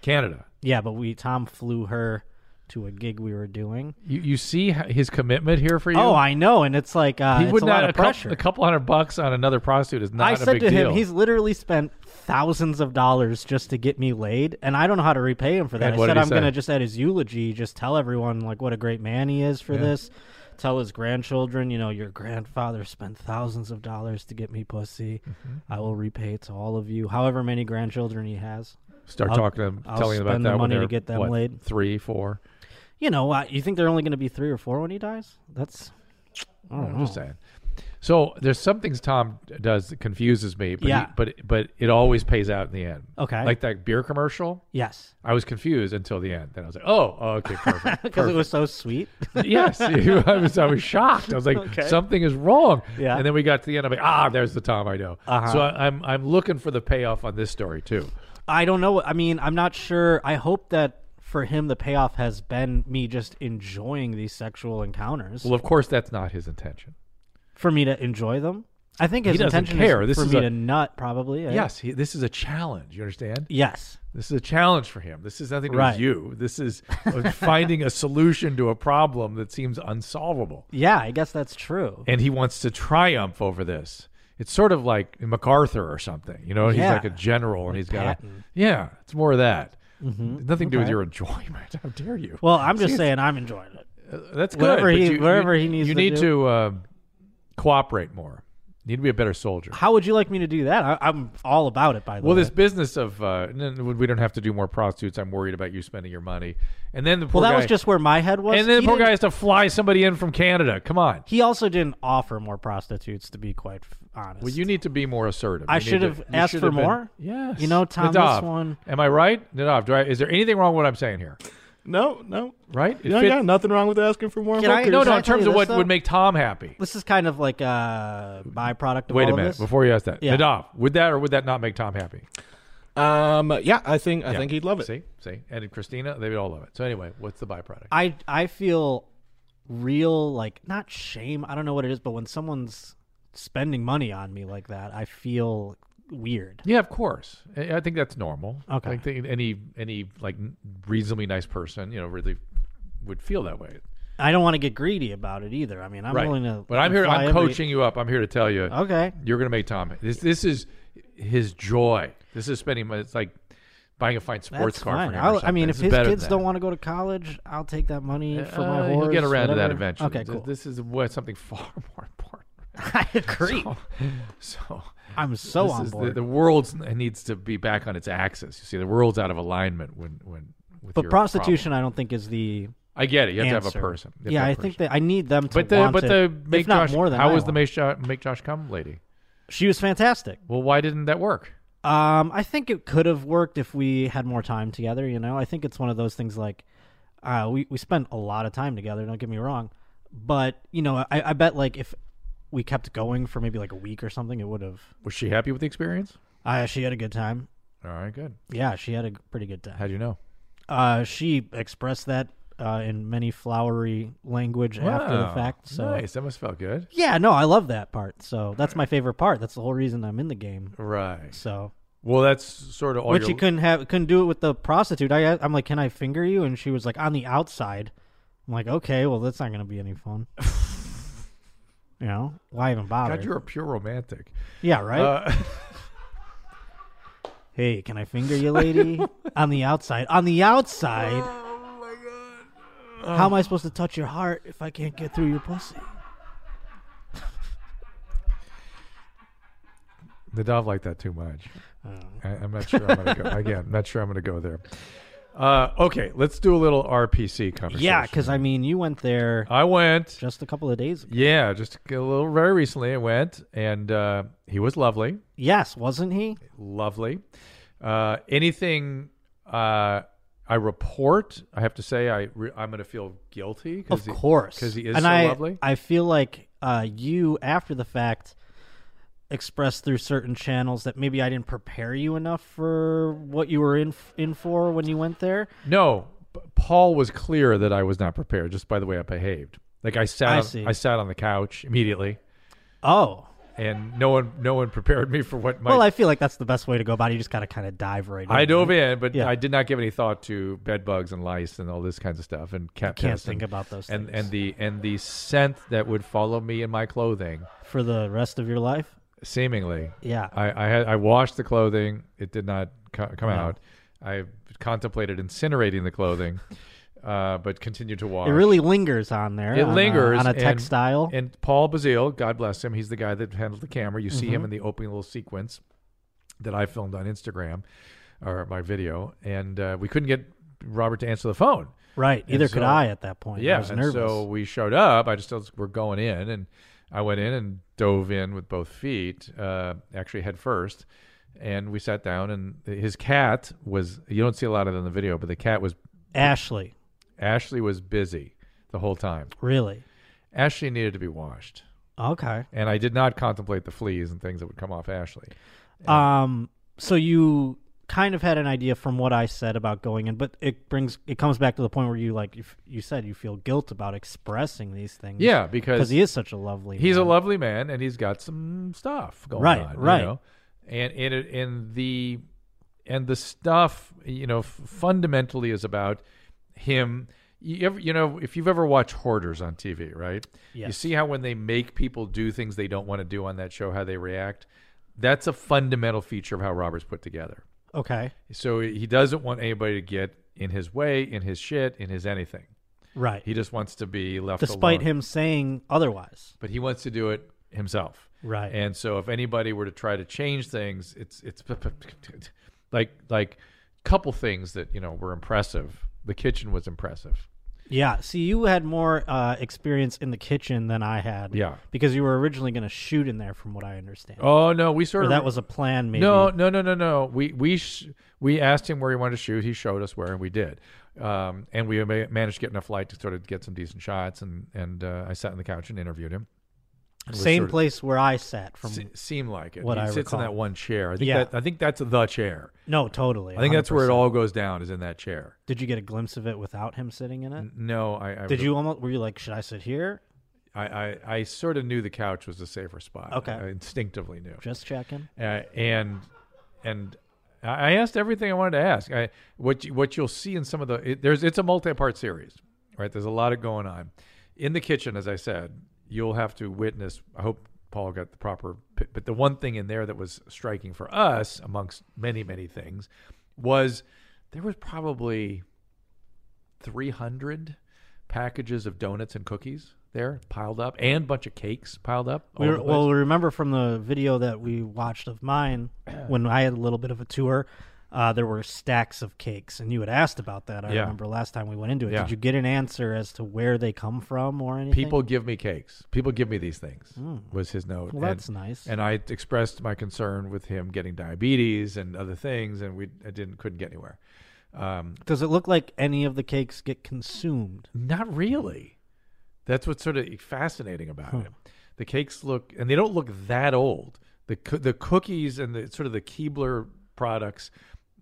[SPEAKER 2] Canada.
[SPEAKER 3] Yeah, but we Tom flew her to a gig we were doing.
[SPEAKER 2] You, you see h- his commitment here for you?
[SPEAKER 3] Oh, I know, and it's like uh,
[SPEAKER 2] he
[SPEAKER 3] it's
[SPEAKER 2] would
[SPEAKER 3] a
[SPEAKER 2] not
[SPEAKER 3] lot of
[SPEAKER 2] a couple-
[SPEAKER 3] pressure.
[SPEAKER 2] a couple hundred bucks on another prostitute is not
[SPEAKER 3] I
[SPEAKER 2] a
[SPEAKER 3] said
[SPEAKER 2] big
[SPEAKER 3] to
[SPEAKER 2] deal.
[SPEAKER 3] him, he's literally spent thousands of dollars just to get me laid, and I don't know how to repay him for that.
[SPEAKER 2] And
[SPEAKER 3] I
[SPEAKER 2] what
[SPEAKER 3] said
[SPEAKER 2] did he
[SPEAKER 3] I'm
[SPEAKER 2] say?
[SPEAKER 3] gonna just at his eulogy, just tell everyone like what a great man he is for this. Tell his grandchildren, you know, your grandfather spent thousands of dollars to get me pussy.
[SPEAKER 2] Mm-hmm.
[SPEAKER 3] I will repay it to all of you, however many grandchildren he has.
[SPEAKER 2] Start
[SPEAKER 3] I'll-
[SPEAKER 2] talking to him,
[SPEAKER 3] I'll
[SPEAKER 2] telling him about
[SPEAKER 3] spend
[SPEAKER 2] that
[SPEAKER 3] the
[SPEAKER 2] when
[SPEAKER 3] money to
[SPEAKER 2] they're,
[SPEAKER 3] get them
[SPEAKER 2] what,
[SPEAKER 3] laid.
[SPEAKER 2] Three, four.
[SPEAKER 3] You know, uh, you think they're only gonna be three or four when he dies? That's I don't
[SPEAKER 2] I'm
[SPEAKER 3] know.
[SPEAKER 2] just saying. So there's some things Tom does that confuses me, but he-
[SPEAKER 3] Yeah.
[SPEAKER 2] but but it always pays out in the end.
[SPEAKER 3] Okay.
[SPEAKER 2] like that beer commercial.
[SPEAKER 3] yes,
[SPEAKER 2] I was confused until the end. Then I was like, oh, oh,
[SPEAKER 3] *laughs*
[SPEAKER 2] okay, perfect.
[SPEAKER 3] because it was so sweet.
[SPEAKER 2] yes, *laughs* I was I was shocked. I was like,
[SPEAKER 3] Okay.
[SPEAKER 2] something is wrong.
[SPEAKER 3] Yeah.
[SPEAKER 2] And then we got to the end. I'm like, ah, there's the Tom I know.
[SPEAKER 3] Uh-huh.
[SPEAKER 2] So I, I'm I'm looking for the payoff on this story too.
[SPEAKER 3] I don't know. I mean, I'm not sure. I hope that for him, the payoff has been me just enjoying these sexual encounters.
[SPEAKER 2] Well, of course, that's not his intention.
[SPEAKER 3] for me to enjoy them, I think his
[SPEAKER 2] He doesn't
[SPEAKER 3] intention
[SPEAKER 2] care.
[SPEAKER 3] is
[SPEAKER 2] This
[SPEAKER 3] for
[SPEAKER 2] is
[SPEAKER 3] me
[SPEAKER 2] a-
[SPEAKER 3] to nut, probably. eh?
[SPEAKER 2] Yes, he, this is a challenge. You understand?
[SPEAKER 3] Yes.
[SPEAKER 2] This is a challenge for him. This is nothing to do with
[SPEAKER 3] Right.
[SPEAKER 2] you. This is uh, finding a solution to a problem that seems unsolvable.
[SPEAKER 3] Yeah, I guess that's true.
[SPEAKER 2] And he wants to triumph over this. It's sort of like MacArthur or something. You know, he's
[SPEAKER 3] Yeah.
[SPEAKER 2] like a general and he's got a,
[SPEAKER 3] Patton. Mm-hmm.
[SPEAKER 2] Yeah, it's more of that. Nothing to do with your enjoyment. *laughs* How dare you?
[SPEAKER 3] Well, I'm just saying I'm enjoying it.
[SPEAKER 2] Uh, that's good.
[SPEAKER 3] whatever
[SPEAKER 2] but
[SPEAKER 3] he-
[SPEAKER 2] you-
[SPEAKER 3] whatever
[SPEAKER 2] you-
[SPEAKER 3] he needs
[SPEAKER 2] You
[SPEAKER 3] to
[SPEAKER 2] need
[SPEAKER 3] do.
[SPEAKER 2] to uh, cooperate more. You need to be a better soldier.
[SPEAKER 3] How would you like me to do that? I, I'm all about it, by the
[SPEAKER 2] Well,
[SPEAKER 3] way.
[SPEAKER 2] this business of uh, n- n- we don't have to do more prostitutes. I'm worried about you spending your money. And then the poor
[SPEAKER 3] well, that
[SPEAKER 2] guy,
[SPEAKER 3] was just where my head was.
[SPEAKER 2] And then
[SPEAKER 3] He
[SPEAKER 2] the poor
[SPEAKER 3] didn't-
[SPEAKER 2] guy has to fly somebody in from Canada. Come on.
[SPEAKER 3] He also didn't offer more prostitutes, to be quite f- honest.
[SPEAKER 2] Well, you need to be more assertive.
[SPEAKER 3] I
[SPEAKER 2] You need
[SPEAKER 3] should
[SPEAKER 2] to-
[SPEAKER 3] have
[SPEAKER 2] you
[SPEAKER 3] asked
[SPEAKER 2] should
[SPEAKER 3] for
[SPEAKER 2] have been-
[SPEAKER 3] more?
[SPEAKER 2] Yes.
[SPEAKER 3] You know, Tom, this
[SPEAKER 2] Nadav,
[SPEAKER 3] one-
[SPEAKER 2] Am I right? Nadav, do I, is there anything wrong with what I'm saying here?
[SPEAKER 4] No, no.
[SPEAKER 2] Right? It
[SPEAKER 4] Yeah,
[SPEAKER 2] fit-
[SPEAKER 4] yeah, nothing wrong with asking for more
[SPEAKER 3] Can I-
[SPEAKER 4] hookers.
[SPEAKER 2] no,
[SPEAKER 3] Can
[SPEAKER 2] no.
[SPEAKER 3] I
[SPEAKER 2] In
[SPEAKER 3] tell
[SPEAKER 2] terms
[SPEAKER 3] you
[SPEAKER 2] of
[SPEAKER 3] this,
[SPEAKER 2] what
[SPEAKER 3] though?
[SPEAKER 2] would make Tom happy.
[SPEAKER 3] this is kind of like a byproduct of
[SPEAKER 2] Wait
[SPEAKER 3] all
[SPEAKER 2] a
[SPEAKER 3] of
[SPEAKER 2] minute
[SPEAKER 3] this.
[SPEAKER 2] before you ask that.
[SPEAKER 3] Yeah.
[SPEAKER 2] Nadav, would that or would that not make Tom happy?
[SPEAKER 4] Um, yeah, I think I think he'd love it.
[SPEAKER 2] See, see, and Christina, they would all love it. So anyway, what's the byproduct?
[SPEAKER 3] I I feel real like not shame. I don't know what it is, but when someone's spending money on me like that, I feel weird.
[SPEAKER 2] Yeah, of course. I I think that's normal.
[SPEAKER 3] Okay.
[SPEAKER 2] I think any any like reasonably nice person, you know, really would feel that way.
[SPEAKER 3] I don't want to get greedy about it either. I mean, I'm willing to.
[SPEAKER 2] but I'm here.
[SPEAKER 3] fly
[SPEAKER 2] I'm
[SPEAKER 3] every-
[SPEAKER 2] coaching you up. I'm here to tell you.
[SPEAKER 3] Okay.
[SPEAKER 2] You're gonna make Tom. This this is his joy. This is spending. money. It's like buying a fine sports
[SPEAKER 3] That's
[SPEAKER 2] car
[SPEAKER 3] fine.
[SPEAKER 2] for him. or
[SPEAKER 3] I'll- I
[SPEAKER 2] something.
[SPEAKER 3] mean, if
[SPEAKER 2] It's
[SPEAKER 3] his
[SPEAKER 2] better
[SPEAKER 3] kids
[SPEAKER 2] than
[SPEAKER 3] don't
[SPEAKER 2] that.
[SPEAKER 3] want to go to college, I'll take that money for my
[SPEAKER 2] Uh,
[SPEAKER 3] whores.
[SPEAKER 2] he'll get around to that
[SPEAKER 3] whatever.
[SPEAKER 2] eventually.
[SPEAKER 3] Okay,
[SPEAKER 2] Th-
[SPEAKER 3] cool.
[SPEAKER 2] This is what something far *laughs* more important.
[SPEAKER 3] *laughs* I agree.
[SPEAKER 2] So
[SPEAKER 3] I'm so
[SPEAKER 2] this
[SPEAKER 3] on
[SPEAKER 2] is the,
[SPEAKER 3] board.
[SPEAKER 2] the world needs to be back on its axis. You see, the world's out of alignment when when. With
[SPEAKER 3] but
[SPEAKER 2] your
[SPEAKER 3] prostitution, I don't think is the
[SPEAKER 2] problem. I get it. You have to
[SPEAKER 3] answer.
[SPEAKER 2] have a person. You have to
[SPEAKER 3] Yeah,
[SPEAKER 2] have a
[SPEAKER 3] I
[SPEAKER 2] person.
[SPEAKER 3] think that I need them to
[SPEAKER 2] But the
[SPEAKER 3] want
[SPEAKER 2] but
[SPEAKER 3] it,
[SPEAKER 2] the
[SPEAKER 3] if
[SPEAKER 2] make
[SPEAKER 3] not
[SPEAKER 2] Josh.
[SPEAKER 3] more than
[SPEAKER 2] how
[SPEAKER 3] I
[SPEAKER 2] was the
[SPEAKER 3] want.
[SPEAKER 2] make Josh, make Josh come lady?
[SPEAKER 3] She was fantastic.
[SPEAKER 2] Well, why didn't that work?
[SPEAKER 3] Um, I think it could have worked if we had more time together. You know, I think it's one of those things like, uh, we we spent a lot of time together. Don't get me wrong, but you know, I, I bet like if we kept going for maybe like a week or something, it would have.
[SPEAKER 2] Was she happy with the experience?
[SPEAKER 3] Uh, she had a good time.
[SPEAKER 2] All right, good.
[SPEAKER 3] Yeah, she had a pretty good time.
[SPEAKER 2] How do you know?
[SPEAKER 3] Uh, she expressed that uh, in many flowery language after the
[SPEAKER 2] Wow,
[SPEAKER 3] fact. So
[SPEAKER 2] nice. That must felt good.
[SPEAKER 3] yeah, no, I love that part. So that's my favorite part. That's the whole reason I'm in the game.
[SPEAKER 2] Right.
[SPEAKER 3] So
[SPEAKER 2] Well, that's sort of all.
[SPEAKER 3] Which
[SPEAKER 2] your,
[SPEAKER 3] she couldn't have, couldn't do it with the prostitute. I, I'm like, can I finger you? And she was like, on the outside. I'm like, okay, well, that's not going to be any
[SPEAKER 2] *laughs*
[SPEAKER 3] fun. you know, why even bother?
[SPEAKER 2] God, you're a pure romantic.
[SPEAKER 3] yeah, right.
[SPEAKER 2] Uh, *laughs*
[SPEAKER 3] hey, can I finger you,
[SPEAKER 2] *laughs*
[SPEAKER 3] lady? on the outside. On the outside.
[SPEAKER 2] oh my god. Oh.
[SPEAKER 3] How am I supposed to touch your heart if I can't get through your pussy?
[SPEAKER 2] The Dove liked that too much. I, I'm not sure
[SPEAKER 3] *laughs*
[SPEAKER 2] I'm going to go. Again, not sure I'm going to go there. Uh, okay, let's do a little RPC conversation.
[SPEAKER 3] Yeah, because I mean, you went there
[SPEAKER 2] I went.
[SPEAKER 3] just a couple of days. ago.
[SPEAKER 2] Yeah, just a little very recently I went, and uh, he was lovely.
[SPEAKER 3] Yes, wasn't he?
[SPEAKER 2] lovely. Uh, anything uh, I report, I have to say, I re- I'm going to feel guilty.
[SPEAKER 3] Of
[SPEAKER 2] he-
[SPEAKER 3] course,
[SPEAKER 2] 'cause he is
[SPEAKER 3] and
[SPEAKER 2] so
[SPEAKER 3] I,
[SPEAKER 2] lovely.
[SPEAKER 3] I feel like uh, you, after the fact, expressed through certain channels that maybe I didn't prepare you enough for what you were in in for when you went there.
[SPEAKER 2] No, p- Paul was clear that I was not prepared, just by the way I behaved. Like I sat,
[SPEAKER 3] I
[SPEAKER 2] on,
[SPEAKER 3] see.
[SPEAKER 2] I sat on the couch immediately,
[SPEAKER 3] Oh,
[SPEAKER 2] and no one, no one *laughs* prepared me for what my.
[SPEAKER 3] well, I feel like that's the best way to go about it. You just gotta kind of dive right.
[SPEAKER 2] I
[SPEAKER 3] in,
[SPEAKER 2] dove
[SPEAKER 3] right?
[SPEAKER 2] in, but
[SPEAKER 3] Yeah.
[SPEAKER 2] I did not give any thought to bed bugs and lice and all this kinds of stuff and cat
[SPEAKER 3] Can't
[SPEAKER 2] piss and-
[SPEAKER 3] think about those
[SPEAKER 2] and
[SPEAKER 3] things
[SPEAKER 2] and the and the scent that would follow me in my clothing,
[SPEAKER 3] for the rest of your life.
[SPEAKER 2] seemingly.
[SPEAKER 3] Yeah,
[SPEAKER 2] I, I had I washed the clothing. It did not co- come out. I contemplated incinerating the clothing, uh, but continued to wash.
[SPEAKER 3] it really lingers on there.
[SPEAKER 2] it
[SPEAKER 3] on a-
[SPEAKER 2] lingers
[SPEAKER 3] on a
[SPEAKER 2] and-
[SPEAKER 3] textile.
[SPEAKER 2] And, Paul Bazile, God bless him, he's the guy that handled the camera. You see
[SPEAKER 3] Mm-hmm.
[SPEAKER 2] him in the opening little sequence that I filmed on Instagram or my video, and uh, we couldn't get Robert to answer the phone.
[SPEAKER 3] right.
[SPEAKER 2] and
[SPEAKER 3] Either
[SPEAKER 2] so-
[SPEAKER 3] could I at that point.
[SPEAKER 2] Yeah,
[SPEAKER 3] Oh, I was
[SPEAKER 2] and
[SPEAKER 3] nervous.
[SPEAKER 2] so we showed up. I just was, we're going in, and I went in and dove in with both feet, uh, actually head first. And we sat down, and his cat was. You don't see a lot of it in the video, but the cat was.
[SPEAKER 3] Ashley,
[SPEAKER 2] Ashley was busy the whole time.
[SPEAKER 3] really?
[SPEAKER 2] Ashley needed to be washed,
[SPEAKER 3] Okay.
[SPEAKER 2] and I did not contemplate the fleas and things that would come off Ashley.
[SPEAKER 3] Um, so you kind of had an idea from what I said about going in, but it brings it comes back to the point where you like you, f- you said you feel guilt about expressing these things.
[SPEAKER 2] Yeah, because
[SPEAKER 3] because he is such a lovely.
[SPEAKER 2] he's a
[SPEAKER 3] man.
[SPEAKER 2] lovely man, and he's got some stuff going
[SPEAKER 3] Right,
[SPEAKER 2] on,
[SPEAKER 3] right.
[SPEAKER 2] You know? And and it, and the and the stuff you know f- fundamentally is about him. You ever, you know, if you've ever watched Hoarders on TV, right? You
[SPEAKER 3] Yes.
[SPEAKER 2] see how when they make people do things they don't want to do on that show, how they react. That's a fundamental feature of how Robert's put together.
[SPEAKER 3] Okay,
[SPEAKER 2] So he doesn't want anybody to get in his way, in his shit, in his anything.
[SPEAKER 3] right.
[SPEAKER 2] He just wants to be left
[SPEAKER 3] Despite
[SPEAKER 2] alone.
[SPEAKER 3] him saying otherwise,
[SPEAKER 2] but he wants to do it himself.
[SPEAKER 3] right?
[SPEAKER 2] And so if anybody were to try to change things, it's it's like like couple things that you know were impressive. The kitchen was impressive.
[SPEAKER 3] yeah. See, you had more uh, experience in the kitchen than I had.
[SPEAKER 2] Yeah.
[SPEAKER 3] because you were originally going to shoot in there, from what I understand.
[SPEAKER 2] Oh no, we
[SPEAKER 3] Or
[SPEAKER 2] sort of
[SPEAKER 3] that was a plan, maybe.
[SPEAKER 2] no no no no no. We we sh- we asked him where he wanted to shoot. He showed us where, and we did. Um, and we ma- managed to get enough light to sort of get some decent shots. And and uh, I sat on the couch and interviewed him. It was
[SPEAKER 3] same
[SPEAKER 2] sort of-
[SPEAKER 3] place where I sat. From
[SPEAKER 2] se- seemed like it.
[SPEAKER 3] Um, what
[SPEAKER 2] he
[SPEAKER 3] I
[SPEAKER 2] sits
[SPEAKER 3] recall.
[SPEAKER 2] in that one chair. I think
[SPEAKER 3] Yeah.
[SPEAKER 2] that, I think that's the chair.
[SPEAKER 3] no, totally.
[SPEAKER 2] I think that's where it
[SPEAKER 3] 100%.
[SPEAKER 2] all goes down is in that chair.
[SPEAKER 3] Did you get a glimpse of it without him sitting in it?
[SPEAKER 2] No, I, I
[SPEAKER 3] Did
[SPEAKER 2] would've-
[SPEAKER 3] you almost? Were you like, should I sit here?
[SPEAKER 2] I, I, I sort of knew the couch was the safer spot.
[SPEAKER 3] Okay.
[SPEAKER 2] I instinctively knew.
[SPEAKER 3] Just checking.
[SPEAKER 2] Uh, and and I I asked everything I wanted to ask. I what you, what you'll see in some of the it, there's it's a multi-part series, right? There's a lot of going on in the kitchen, as I said. You'll have to witness. I hope Paul got the proper. pi- But the one thing in there that was striking for us, amongst many many things, was there was probably 300 packages of donuts and cookies there piled up, and a bunch of cakes piled up. all
[SPEAKER 3] We were,
[SPEAKER 2] over the place.
[SPEAKER 3] well, remember from the video that we watched of *clears throat* mine when I had a little bit of a tour. Uh, there were stacks of cakes, and you had asked about that. I
[SPEAKER 2] Yeah.
[SPEAKER 3] remember last time we went into it.
[SPEAKER 2] Yeah.
[SPEAKER 3] Did you get an answer as to where they come from or anything?
[SPEAKER 2] People give me cakes. People give me these things. Was his note.
[SPEAKER 3] Hmm. Well, that's
[SPEAKER 2] and,
[SPEAKER 3] nice.
[SPEAKER 2] And I expressed my concern with him getting diabetes and other things, and we I didn't couldn't get anywhere. Um,
[SPEAKER 3] Does it look like any of the cakes get consumed?
[SPEAKER 2] not really. That's what's sort of fascinating about it. The cakes look, and they don't look that old. The coo- the cookies and the sort of the Keebler products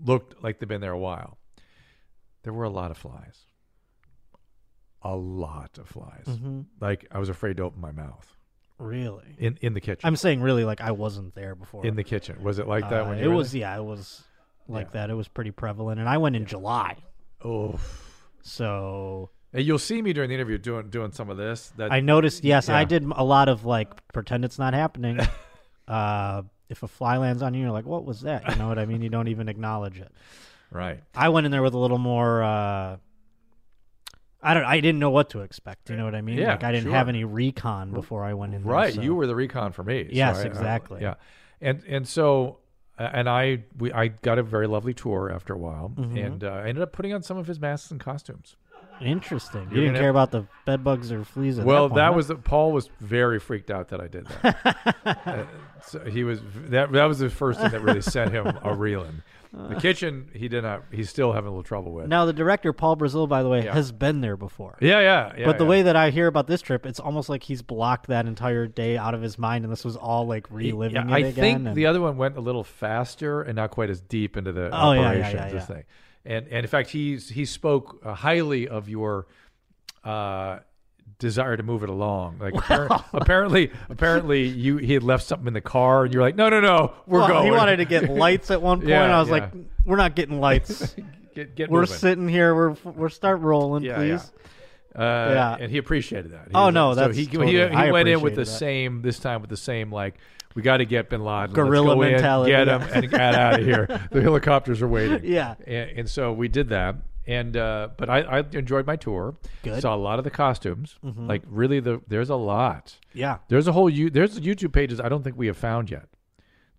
[SPEAKER 2] looked like they've been there a while. There were a lot of flies. A lot of flies.
[SPEAKER 3] Mm-hmm.
[SPEAKER 2] Like I was afraid to open my mouth
[SPEAKER 3] Really?
[SPEAKER 2] in in the kitchen.
[SPEAKER 3] I'm saying really, like I wasn't there before.
[SPEAKER 2] in the kitchen. Was it like that
[SPEAKER 3] Uh,
[SPEAKER 2] when you
[SPEAKER 3] it
[SPEAKER 2] were
[SPEAKER 3] was, yeah, it was like that. It was pretty prevalent, and I went in July,
[SPEAKER 2] there? Oh,
[SPEAKER 3] so
[SPEAKER 2] Hey, you'll see me during the interview doing doing some of this. That
[SPEAKER 3] I noticed. Yes,
[SPEAKER 2] Yeah.
[SPEAKER 3] I did a lot of like pretend it's not happening. *laughs* uh, if a fly lands on you, you're like, "What was that?" You know what I mean? You don't even acknowledge it.
[SPEAKER 2] right.
[SPEAKER 3] I went in there with a little more. Uh, I don't. I didn't know what to expect. You know what I mean?
[SPEAKER 2] Yeah,
[SPEAKER 3] like I didn't
[SPEAKER 2] sure.
[SPEAKER 3] have any recon before I went in. there,
[SPEAKER 2] Right,
[SPEAKER 3] so-
[SPEAKER 2] you were the recon for me. so
[SPEAKER 3] Yes,
[SPEAKER 2] I- I-
[SPEAKER 3] exactly.
[SPEAKER 2] yeah, and and so uh, and I we I got a very lovely tour after a while,
[SPEAKER 3] Mm-hmm.
[SPEAKER 2] and uh, I ended up putting on some of his masks and costumes.
[SPEAKER 3] Interesting. You
[SPEAKER 2] You're
[SPEAKER 3] didn't
[SPEAKER 2] gonna-
[SPEAKER 3] care about the bed bugs or fleas. At
[SPEAKER 2] well,
[SPEAKER 3] that, point,
[SPEAKER 2] that
[SPEAKER 3] huh?
[SPEAKER 2] was Paul was very freaked out that I did that.
[SPEAKER 3] *laughs*
[SPEAKER 2] Uh, so he was that that was the first thing that really sent him a
[SPEAKER 3] *laughs*
[SPEAKER 2] reeling. The kitchen he did not he's still having a little trouble with.
[SPEAKER 3] Now the director Paul Brazil, by the way, has been there before.
[SPEAKER 2] Yeah, yeah, yeah.
[SPEAKER 3] But the
[SPEAKER 2] yeah.
[SPEAKER 3] way that I hear about this trip, it's almost like he's blocked that entire day out of his mind, and this was all like reliving
[SPEAKER 2] Yeah,
[SPEAKER 3] it
[SPEAKER 2] I
[SPEAKER 3] again.
[SPEAKER 2] think
[SPEAKER 3] and-
[SPEAKER 2] the other one went a little faster and not quite as deep into the
[SPEAKER 3] Oh, yeah, yeah,
[SPEAKER 2] operations
[SPEAKER 3] yeah,
[SPEAKER 2] this
[SPEAKER 3] yeah.
[SPEAKER 2] thing. And and in fact, he's he spoke uh, highly of your uh, desire to move it along.
[SPEAKER 3] *laughs*
[SPEAKER 2] Like appar- apparently, apparently, you he had left something in the car, and you're like, no, no, no, we're
[SPEAKER 3] Well,
[SPEAKER 2] going.
[SPEAKER 3] he wanted to
[SPEAKER 2] *laughs*
[SPEAKER 3] get lights at one point.
[SPEAKER 2] Yeah,
[SPEAKER 3] I was
[SPEAKER 2] yeah.
[SPEAKER 3] like, "We're not getting lights.
[SPEAKER 2] *laughs* get get
[SPEAKER 3] we're
[SPEAKER 2] moving.
[SPEAKER 3] sitting here. We're we're start rolling,
[SPEAKER 2] Yeah, yeah.
[SPEAKER 3] please."
[SPEAKER 2] Uh,
[SPEAKER 3] Yeah.
[SPEAKER 2] and he appreciated that. He
[SPEAKER 3] Oh,
[SPEAKER 2] was-
[SPEAKER 3] no,
[SPEAKER 2] so
[SPEAKER 3] that's
[SPEAKER 2] he,
[SPEAKER 3] totally-
[SPEAKER 2] he, he
[SPEAKER 3] I
[SPEAKER 2] went in with the
[SPEAKER 3] appreciated that.
[SPEAKER 2] same this time with the same like we got to get Bin Laden,
[SPEAKER 3] Guerrilla
[SPEAKER 2] Let's go in,
[SPEAKER 3] mentality,
[SPEAKER 2] get
[SPEAKER 3] yeah.
[SPEAKER 2] him and get
[SPEAKER 3] *laughs*
[SPEAKER 2] out of here. The helicopters are waiting.
[SPEAKER 3] Yeah.
[SPEAKER 2] and, and so we did that. And uh, but I, I enjoyed my tour.
[SPEAKER 3] Good. Mm-hmm.
[SPEAKER 2] Saw a lot of the costumes. Like really, the there's a lot.
[SPEAKER 3] Yeah.
[SPEAKER 2] There's a whole you there's YouTube pages I don't think we have found yet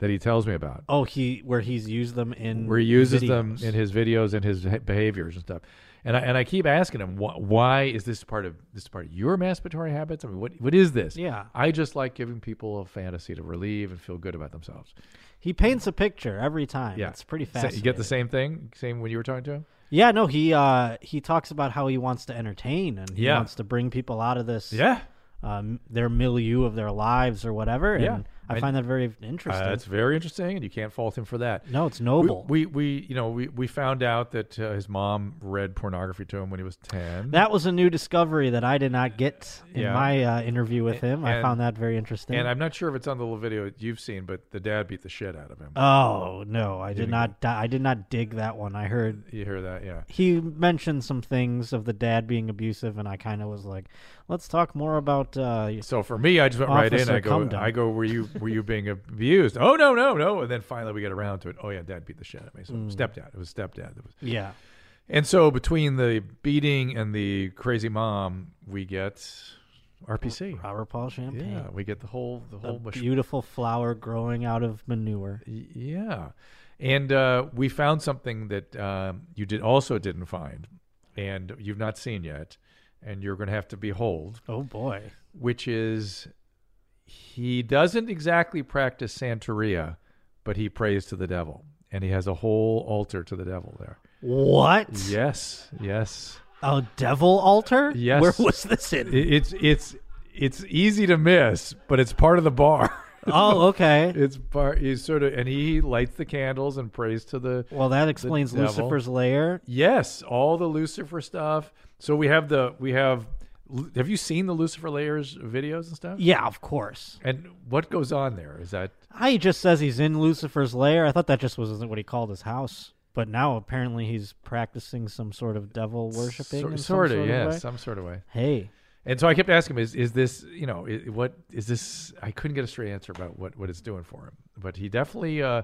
[SPEAKER 2] that he tells me about
[SPEAKER 3] Oh, he where he's used them in
[SPEAKER 2] where he uses them
[SPEAKER 3] videos.
[SPEAKER 2] in his videos and his he- behaviors and stuff. And I, and I keep asking him, why, why is this part of this part of your masturbatory habits? I mean, what what is this?
[SPEAKER 3] Yeah.
[SPEAKER 2] I just like giving people a fantasy to relieve and feel good about themselves.
[SPEAKER 3] He paints a picture every time.
[SPEAKER 2] Yeah,
[SPEAKER 3] It's pretty
[SPEAKER 2] Sa-
[SPEAKER 3] fascinating.
[SPEAKER 2] You get the same thing, same when you were talking to him.
[SPEAKER 3] Yeah, no, he uh he talks about how he wants to entertain and he
[SPEAKER 2] Yeah.
[SPEAKER 3] wants to bring people out of this
[SPEAKER 2] Uh,
[SPEAKER 3] um their milieu of their lives or whatever. And
[SPEAKER 2] Yeah.
[SPEAKER 3] I
[SPEAKER 2] And-
[SPEAKER 3] find that very
[SPEAKER 2] Uh,
[SPEAKER 3] interesting.
[SPEAKER 2] that's very interesting, and you can't fault him for that.
[SPEAKER 3] no, it's noble.
[SPEAKER 2] We, we we you know we we found out that uh, his mom read pornography to him when he was ten.
[SPEAKER 3] that was a new discovery that I did not get in
[SPEAKER 2] Yeah.
[SPEAKER 3] my uh, interview with him. I
[SPEAKER 2] And-
[SPEAKER 3] found that very interesting.
[SPEAKER 2] and I'm not sure if it's on the little video you've seen, but the dad beat the shit out of him.
[SPEAKER 3] oh no, I did not. Di- I did not dig that one. I heard
[SPEAKER 2] you hear that? Yeah.
[SPEAKER 3] he mentioned some things of the dad being abusive, and I kind of was like, "Let's talk more about." Uh,
[SPEAKER 2] So for me, I just went right in.
[SPEAKER 3] Officer
[SPEAKER 2] I go,
[SPEAKER 3] Cumden.
[SPEAKER 2] I go. Were you were you being abused? Oh no, no, no. And then finally we get around to it. Oh yeah, dad beat the shit out of me. So stepdad. It was stepdad. That was.
[SPEAKER 3] yeah,
[SPEAKER 2] And so between the beating and the crazy mom, we get RPC.
[SPEAKER 3] Robert Paul Champagne.
[SPEAKER 2] Yeah, we get the whole the whole. mush-
[SPEAKER 3] beautiful flower growing out of manure.
[SPEAKER 2] yeah, and uh, we found something that um, you did also didn't find, and you've not seen yet, and you're going to have to behold.
[SPEAKER 3] Oh boy.
[SPEAKER 2] which is he doesn't exactly practice Santeria, but he prays to the devil. And he has a whole altar to the devil there.
[SPEAKER 3] What?
[SPEAKER 2] Yes, yes.
[SPEAKER 3] A devil altar?
[SPEAKER 2] Yes.
[SPEAKER 3] Where was this in?
[SPEAKER 2] It- It's it's it's easy to miss, but it's part of the bar. *laughs*
[SPEAKER 3] oh, okay.
[SPEAKER 2] It's part. He's sort of and he lights the candles and prays to the
[SPEAKER 3] Well, that explains
[SPEAKER 2] devil.
[SPEAKER 3] Lucifer's lair.
[SPEAKER 2] yes, all the Lucifer stuff. So we have the we have. Have you seen the Lucifer layers videos and stuff?
[SPEAKER 3] Yeah, of course.
[SPEAKER 2] And what goes on there? Is that
[SPEAKER 3] I Ah, just says he's in Lucifer's lair. I thought that just wasn't what he called his house. But now apparently he's practicing some sort of devil worshiping. in some
[SPEAKER 2] sort of yeah,
[SPEAKER 3] way.
[SPEAKER 2] some sort of way.
[SPEAKER 3] Hey,
[SPEAKER 2] And so I kept asking him, is, is this, you know, i what is this? I couldn't get a straight answer about what, what it's doing for him. But he definitely uh,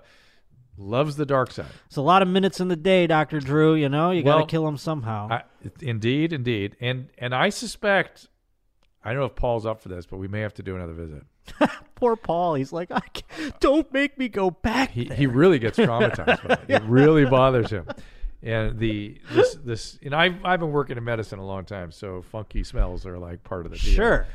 [SPEAKER 2] loves the dark side.
[SPEAKER 3] it's a lot of minutes in the day, Doctor Drew. You know, you
[SPEAKER 2] Well,
[SPEAKER 3] gotta kill him somehow.
[SPEAKER 2] I, indeed, indeed. And and I suspect, I don't know if Paul's up for this, but we may have to do another visit.
[SPEAKER 3] Poor Paul. He's like, I can't, don't make me go back.
[SPEAKER 2] He,
[SPEAKER 3] there.
[SPEAKER 2] he really gets traumatized by it. It
[SPEAKER 3] *laughs*
[SPEAKER 2] really bothers him. And the this this and I've I've been working in medicine a long time, so funky smells are like part of the deal.
[SPEAKER 3] Sure.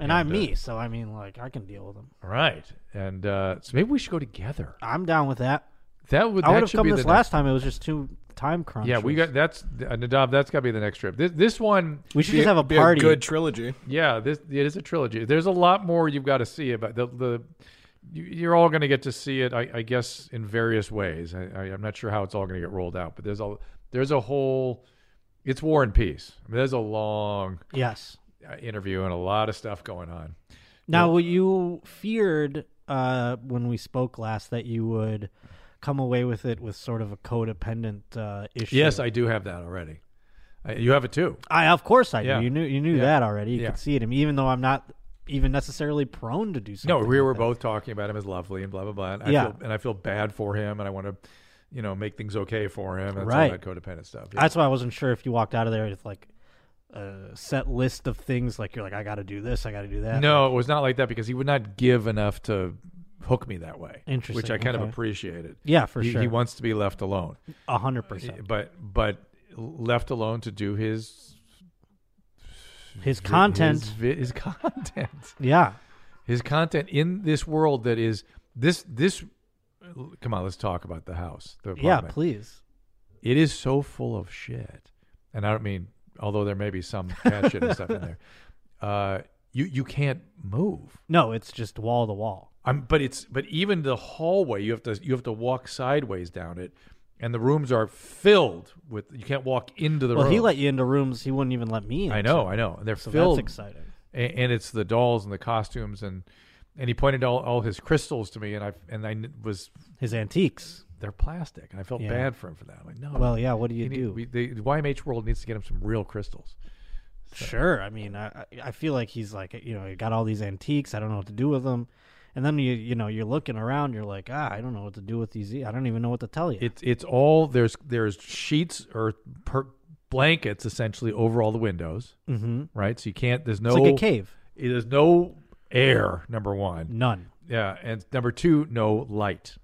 [SPEAKER 3] And, I'm
[SPEAKER 2] uh,
[SPEAKER 3] me, so I mean, like, I can deal with them.
[SPEAKER 2] All right. And uh, so maybe we should go together.
[SPEAKER 3] I'm down with that.
[SPEAKER 2] That would
[SPEAKER 3] I
[SPEAKER 2] that
[SPEAKER 3] would have
[SPEAKER 2] should
[SPEAKER 3] come
[SPEAKER 2] be
[SPEAKER 3] this
[SPEAKER 2] the next-
[SPEAKER 3] last time. It was just too time crunch.
[SPEAKER 2] Yeah, we got that's uh, Nadav. That's got to be the next trip. This this one,
[SPEAKER 3] We should just have a
[SPEAKER 4] Be
[SPEAKER 3] party.
[SPEAKER 4] a good trilogy.
[SPEAKER 2] yeah, this it is a trilogy. There's a lot more you've got to see about the the. you- You're all going to get to see it, I, I guess, in various ways. I, I, I'm not sure how it's all going to get rolled out, but there's a there's a whole. It's War and Peace. I mean, there's a long
[SPEAKER 3] Yes.
[SPEAKER 2] uh, interview and a lot of stuff going on.
[SPEAKER 3] Now, well, you feared uh, when we spoke last that you would come away with it with sort of a codependent uh, issue.
[SPEAKER 2] Yes, I do have that already. Uh, you have it too.
[SPEAKER 3] I of course I
[SPEAKER 2] Yeah.
[SPEAKER 3] do. You knew you knew
[SPEAKER 2] Yeah.
[SPEAKER 3] that already. You
[SPEAKER 2] Yeah.
[SPEAKER 3] could see it in me, even though I'm not even necessarily prone to do something.
[SPEAKER 2] No, we
[SPEAKER 3] like
[SPEAKER 2] were
[SPEAKER 3] that.
[SPEAKER 2] both talking about him as lovely and blah blah blah. And I
[SPEAKER 3] Yeah.
[SPEAKER 2] feel, and I feel bad for him, and I want to, you know, make things okay for him. That's
[SPEAKER 3] Right.
[SPEAKER 2] all that codependent stuff. Yeah.
[SPEAKER 3] That's why I wasn't sure if you walked out of there with like a set list of things. Like you're like, I got to do this, I got to do that.
[SPEAKER 2] no, it was not like that because he would not give enough to hook me that way. Which
[SPEAKER 3] Interesting,
[SPEAKER 2] I kind of
[SPEAKER 3] okay.
[SPEAKER 2] appreciated.
[SPEAKER 3] Yeah, for
[SPEAKER 2] he,
[SPEAKER 3] sure.
[SPEAKER 2] He wants to be left alone,
[SPEAKER 3] A hundred percent.
[SPEAKER 2] but but left alone to do his
[SPEAKER 3] His content.
[SPEAKER 2] his, vi- his content,
[SPEAKER 3] yeah.
[SPEAKER 2] his content in this world that is this this. Come on, let's talk about the house. The
[SPEAKER 3] Yeah,
[SPEAKER 2] apartment.
[SPEAKER 3] please.
[SPEAKER 2] it is so full of shit. And I don't mean, although there may be some cat shit and stuff in there. *laughs* Uh, you you can't move.
[SPEAKER 3] No, it's just wall to wall.
[SPEAKER 2] I'm, but it's but even the hallway you have to you have to walk sideways down it, and the rooms are filled with you can't walk into the
[SPEAKER 3] Well,
[SPEAKER 2] room.
[SPEAKER 3] he let you into rooms he wouldn't even let me in.
[SPEAKER 2] I know, I know. And they're
[SPEAKER 3] So
[SPEAKER 2] filled.
[SPEAKER 3] that's exciting.
[SPEAKER 2] and, and it's the dolls and the costumes and and he pointed all, all his crystals to me and I and I kn- was
[SPEAKER 3] His antiques.
[SPEAKER 2] they're plastic and I felt
[SPEAKER 3] Yeah.
[SPEAKER 2] bad for him for that. I'm like no.
[SPEAKER 3] Well, yeah. What do you
[SPEAKER 2] he need-
[SPEAKER 3] do?
[SPEAKER 2] we, the YMH world needs to get him some real crystals.
[SPEAKER 3] Sure. I mean, I I- I feel like he's like you know he got all these antiques. I don't know what to do with them. And then you you know you're looking around. You're like ah I don't know what to do with these. e- I don't even know what to tell you.
[SPEAKER 2] It's it's all there's there's sheets or per, blankets essentially over all the windows,
[SPEAKER 3] mm-hmm.
[SPEAKER 2] right? So you can't. There's no.
[SPEAKER 3] It's like a cave.
[SPEAKER 2] it- There's no air. Number one.
[SPEAKER 3] None.
[SPEAKER 2] Yeah, and number two, no light.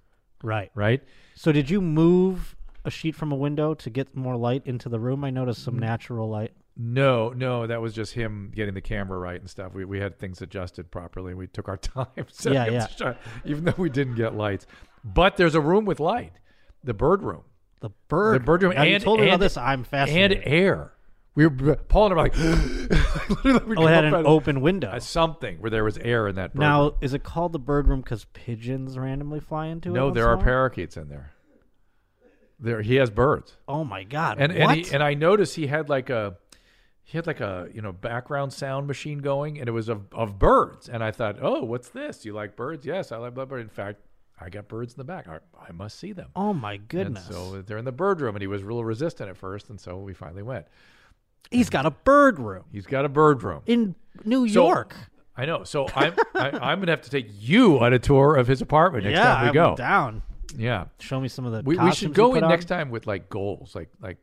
[SPEAKER 3] Right.
[SPEAKER 2] Right.
[SPEAKER 3] So did you move a sheet from a window to get more light into the room? I noticed some natural light.
[SPEAKER 2] No, no, that was just him getting the camera right and stuff. We we had things adjusted properly. We took our *laughs* time. setting up
[SPEAKER 3] Yeah, yeah.
[SPEAKER 2] the shot, even though we didn't get lights, but there's a room with light, the bird room.
[SPEAKER 3] The bird.
[SPEAKER 2] The bird room
[SPEAKER 3] Now, you
[SPEAKER 2] and-
[SPEAKER 3] told me about
[SPEAKER 2] and-
[SPEAKER 3] this. I'm
[SPEAKER 2] and
[SPEAKER 3] fascinated.
[SPEAKER 2] air. We were Paul and I were like, *gasps* literally, *laughs* we
[SPEAKER 3] oh, it had
[SPEAKER 2] come
[SPEAKER 3] an
[SPEAKER 2] up out of-
[SPEAKER 3] open window.
[SPEAKER 2] uh, something where there was air in that. Bird room.
[SPEAKER 3] now, is it called the bird room because pigeons randomly fly into it?
[SPEAKER 2] no,
[SPEAKER 3] once
[SPEAKER 2] there
[SPEAKER 3] in
[SPEAKER 2] are
[SPEAKER 3] a while?
[SPEAKER 2] parakeets in there. There, he has birds,
[SPEAKER 3] Oh my god!
[SPEAKER 2] and
[SPEAKER 3] what?
[SPEAKER 2] and he, and I noticed he had like a. He had like a you know background sound machine going, and it was of, of birds. And I thought, oh, what's this? You like birds? Yes, I like birds. In fact, I got birds in the back. I, I must see them.
[SPEAKER 3] oh my
[SPEAKER 2] and
[SPEAKER 3] goodness!
[SPEAKER 2] so they're in the bird room, and he was real resistant at first, and so we finally went.
[SPEAKER 3] He's got a bird room
[SPEAKER 2] He's got a bird room.
[SPEAKER 3] in New
[SPEAKER 2] So-
[SPEAKER 3] York.
[SPEAKER 2] I know. So I'm I, I'm gonna have to take you on a tour of his apartment
[SPEAKER 3] *laughs*
[SPEAKER 2] next
[SPEAKER 3] yeah,
[SPEAKER 2] time we
[SPEAKER 3] I'm
[SPEAKER 2] go.
[SPEAKER 3] down.
[SPEAKER 2] Yeah,
[SPEAKER 3] Show me some of the.
[SPEAKER 2] we, we
[SPEAKER 3] costumes
[SPEAKER 2] should
[SPEAKER 3] he
[SPEAKER 2] go
[SPEAKER 3] put
[SPEAKER 2] in
[SPEAKER 3] on.
[SPEAKER 2] next time with like goals, like like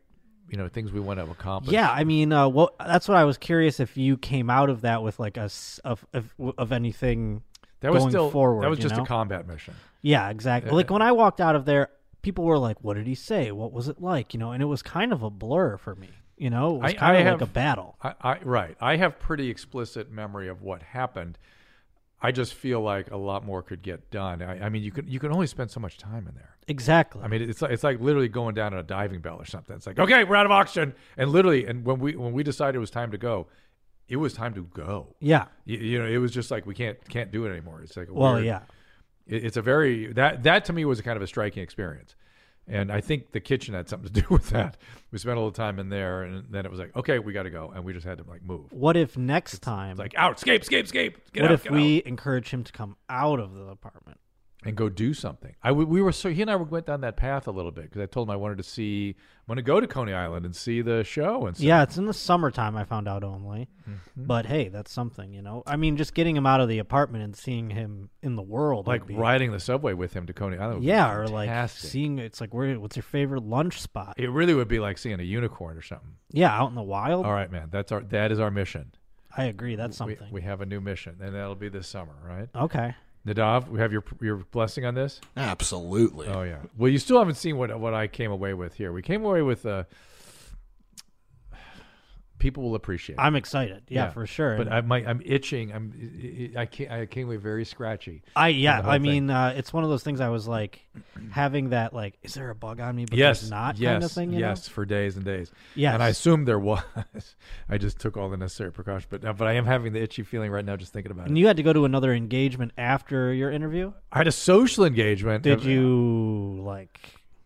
[SPEAKER 2] you know things we want to accomplish.
[SPEAKER 3] Yeah, I mean, uh, well, that's what I was curious if you came out of that with like a s- of of, of anything.
[SPEAKER 2] that was
[SPEAKER 3] going
[SPEAKER 2] still
[SPEAKER 3] forward,
[SPEAKER 2] that was
[SPEAKER 3] you
[SPEAKER 2] just
[SPEAKER 3] know?
[SPEAKER 2] a combat mission.
[SPEAKER 3] Yeah, exactly. Like when I walked out of there, people were like, "What did he say? What was it like?" You know, and it was kind of a blur for me. You know, it was
[SPEAKER 2] I-
[SPEAKER 3] kind
[SPEAKER 2] I
[SPEAKER 3] of
[SPEAKER 2] have-
[SPEAKER 3] like a battle.
[SPEAKER 2] I, I right. I have pretty explicit memory of what happened. I just feel like a lot more could get done. I, I mean, you can you can only spend so much time in there.
[SPEAKER 3] Exactly.
[SPEAKER 2] I mean, it's like, it's like literally going down on a diving bell or something. It's like, okay, we're out of oxygen, and literally, and when we when we decided it was time to go, it was time to go.
[SPEAKER 3] yeah.
[SPEAKER 2] you, you know it was just like we can't can't do it anymore it's like a
[SPEAKER 3] Well,
[SPEAKER 2] weird-
[SPEAKER 3] yeah.
[SPEAKER 2] it- it's a very that that to me was a kind of a striking experience and i think the kitchen had something to do *laughs* with that we spent a little time in there and then it was like okay we got to go and we just had to like move
[SPEAKER 3] What if next time?
[SPEAKER 2] like out escape escape escape get
[SPEAKER 3] what
[SPEAKER 2] out,
[SPEAKER 3] if
[SPEAKER 2] get
[SPEAKER 3] we
[SPEAKER 2] out.
[SPEAKER 3] encourage him to come out of the apartment?
[SPEAKER 2] and go do something i we, we were so he and i went down that path a little bit because i told him i wanted to see i want to go to coney island and see the show and stuff.
[SPEAKER 3] Yeah, it's in the summertime. I found out only,
[SPEAKER 2] Mm-hmm.
[SPEAKER 3] but hey, that's something, you know. I mean, just getting him out of the apartment and seeing him in the world, would
[SPEAKER 2] like
[SPEAKER 3] be,
[SPEAKER 2] riding the subway with him to coney island would be
[SPEAKER 3] yeah, or like
[SPEAKER 2] fantastic.
[SPEAKER 3] seeing it's like where? What's your favorite lunch spot?
[SPEAKER 2] it really would be like seeing a unicorn or something
[SPEAKER 3] yeah, out in the wild.
[SPEAKER 2] all right man that's our that is our mission
[SPEAKER 3] I agree. That's
[SPEAKER 2] We-
[SPEAKER 3] something.
[SPEAKER 2] We, have a new mission, and that'll be this summer, right?
[SPEAKER 3] okay.
[SPEAKER 2] Nadav, we have your your blessing on this.
[SPEAKER 5] Absolutely.
[SPEAKER 2] Oh yeah. Well, you still haven't seen what what I came away with here. We came away with uh, people will appreciate. it.
[SPEAKER 3] I'm excited. Yeah, for sure.
[SPEAKER 2] But uh,
[SPEAKER 3] And
[SPEAKER 2] I, my, I'm itching. I'm I- I can't, I came away very scratchy.
[SPEAKER 3] I yeah,
[SPEAKER 2] the whole
[SPEAKER 3] I
[SPEAKER 2] thing.
[SPEAKER 3] mean, uh, it's one of those things. I was like
[SPEAKER 2] *clears throat*
[SPEAKER 3] having that like, is there a bug on me? But there's not
[SPEAKER 2] yes,
[SPEAKER 3] kind of thing. You
[SPEAKER 2] yes, for days and days.
[SPEAKER 3] Yes.
[SPEAKER 2] and I assumed there was. *laughs* I just took all the necessary precautions, but uh, but I am having the itchy feeling right now just thinking about
[SPEAKER 3] know. And
[SPEAKER 2] it.
[SPEAKER 3] you had to go to another engagement after your interview.
[SPEAKER 2] I had a social engagement.
[SPEAKER 3] Did
[SPEAKER 2] of-
[SPEAKER 3] you like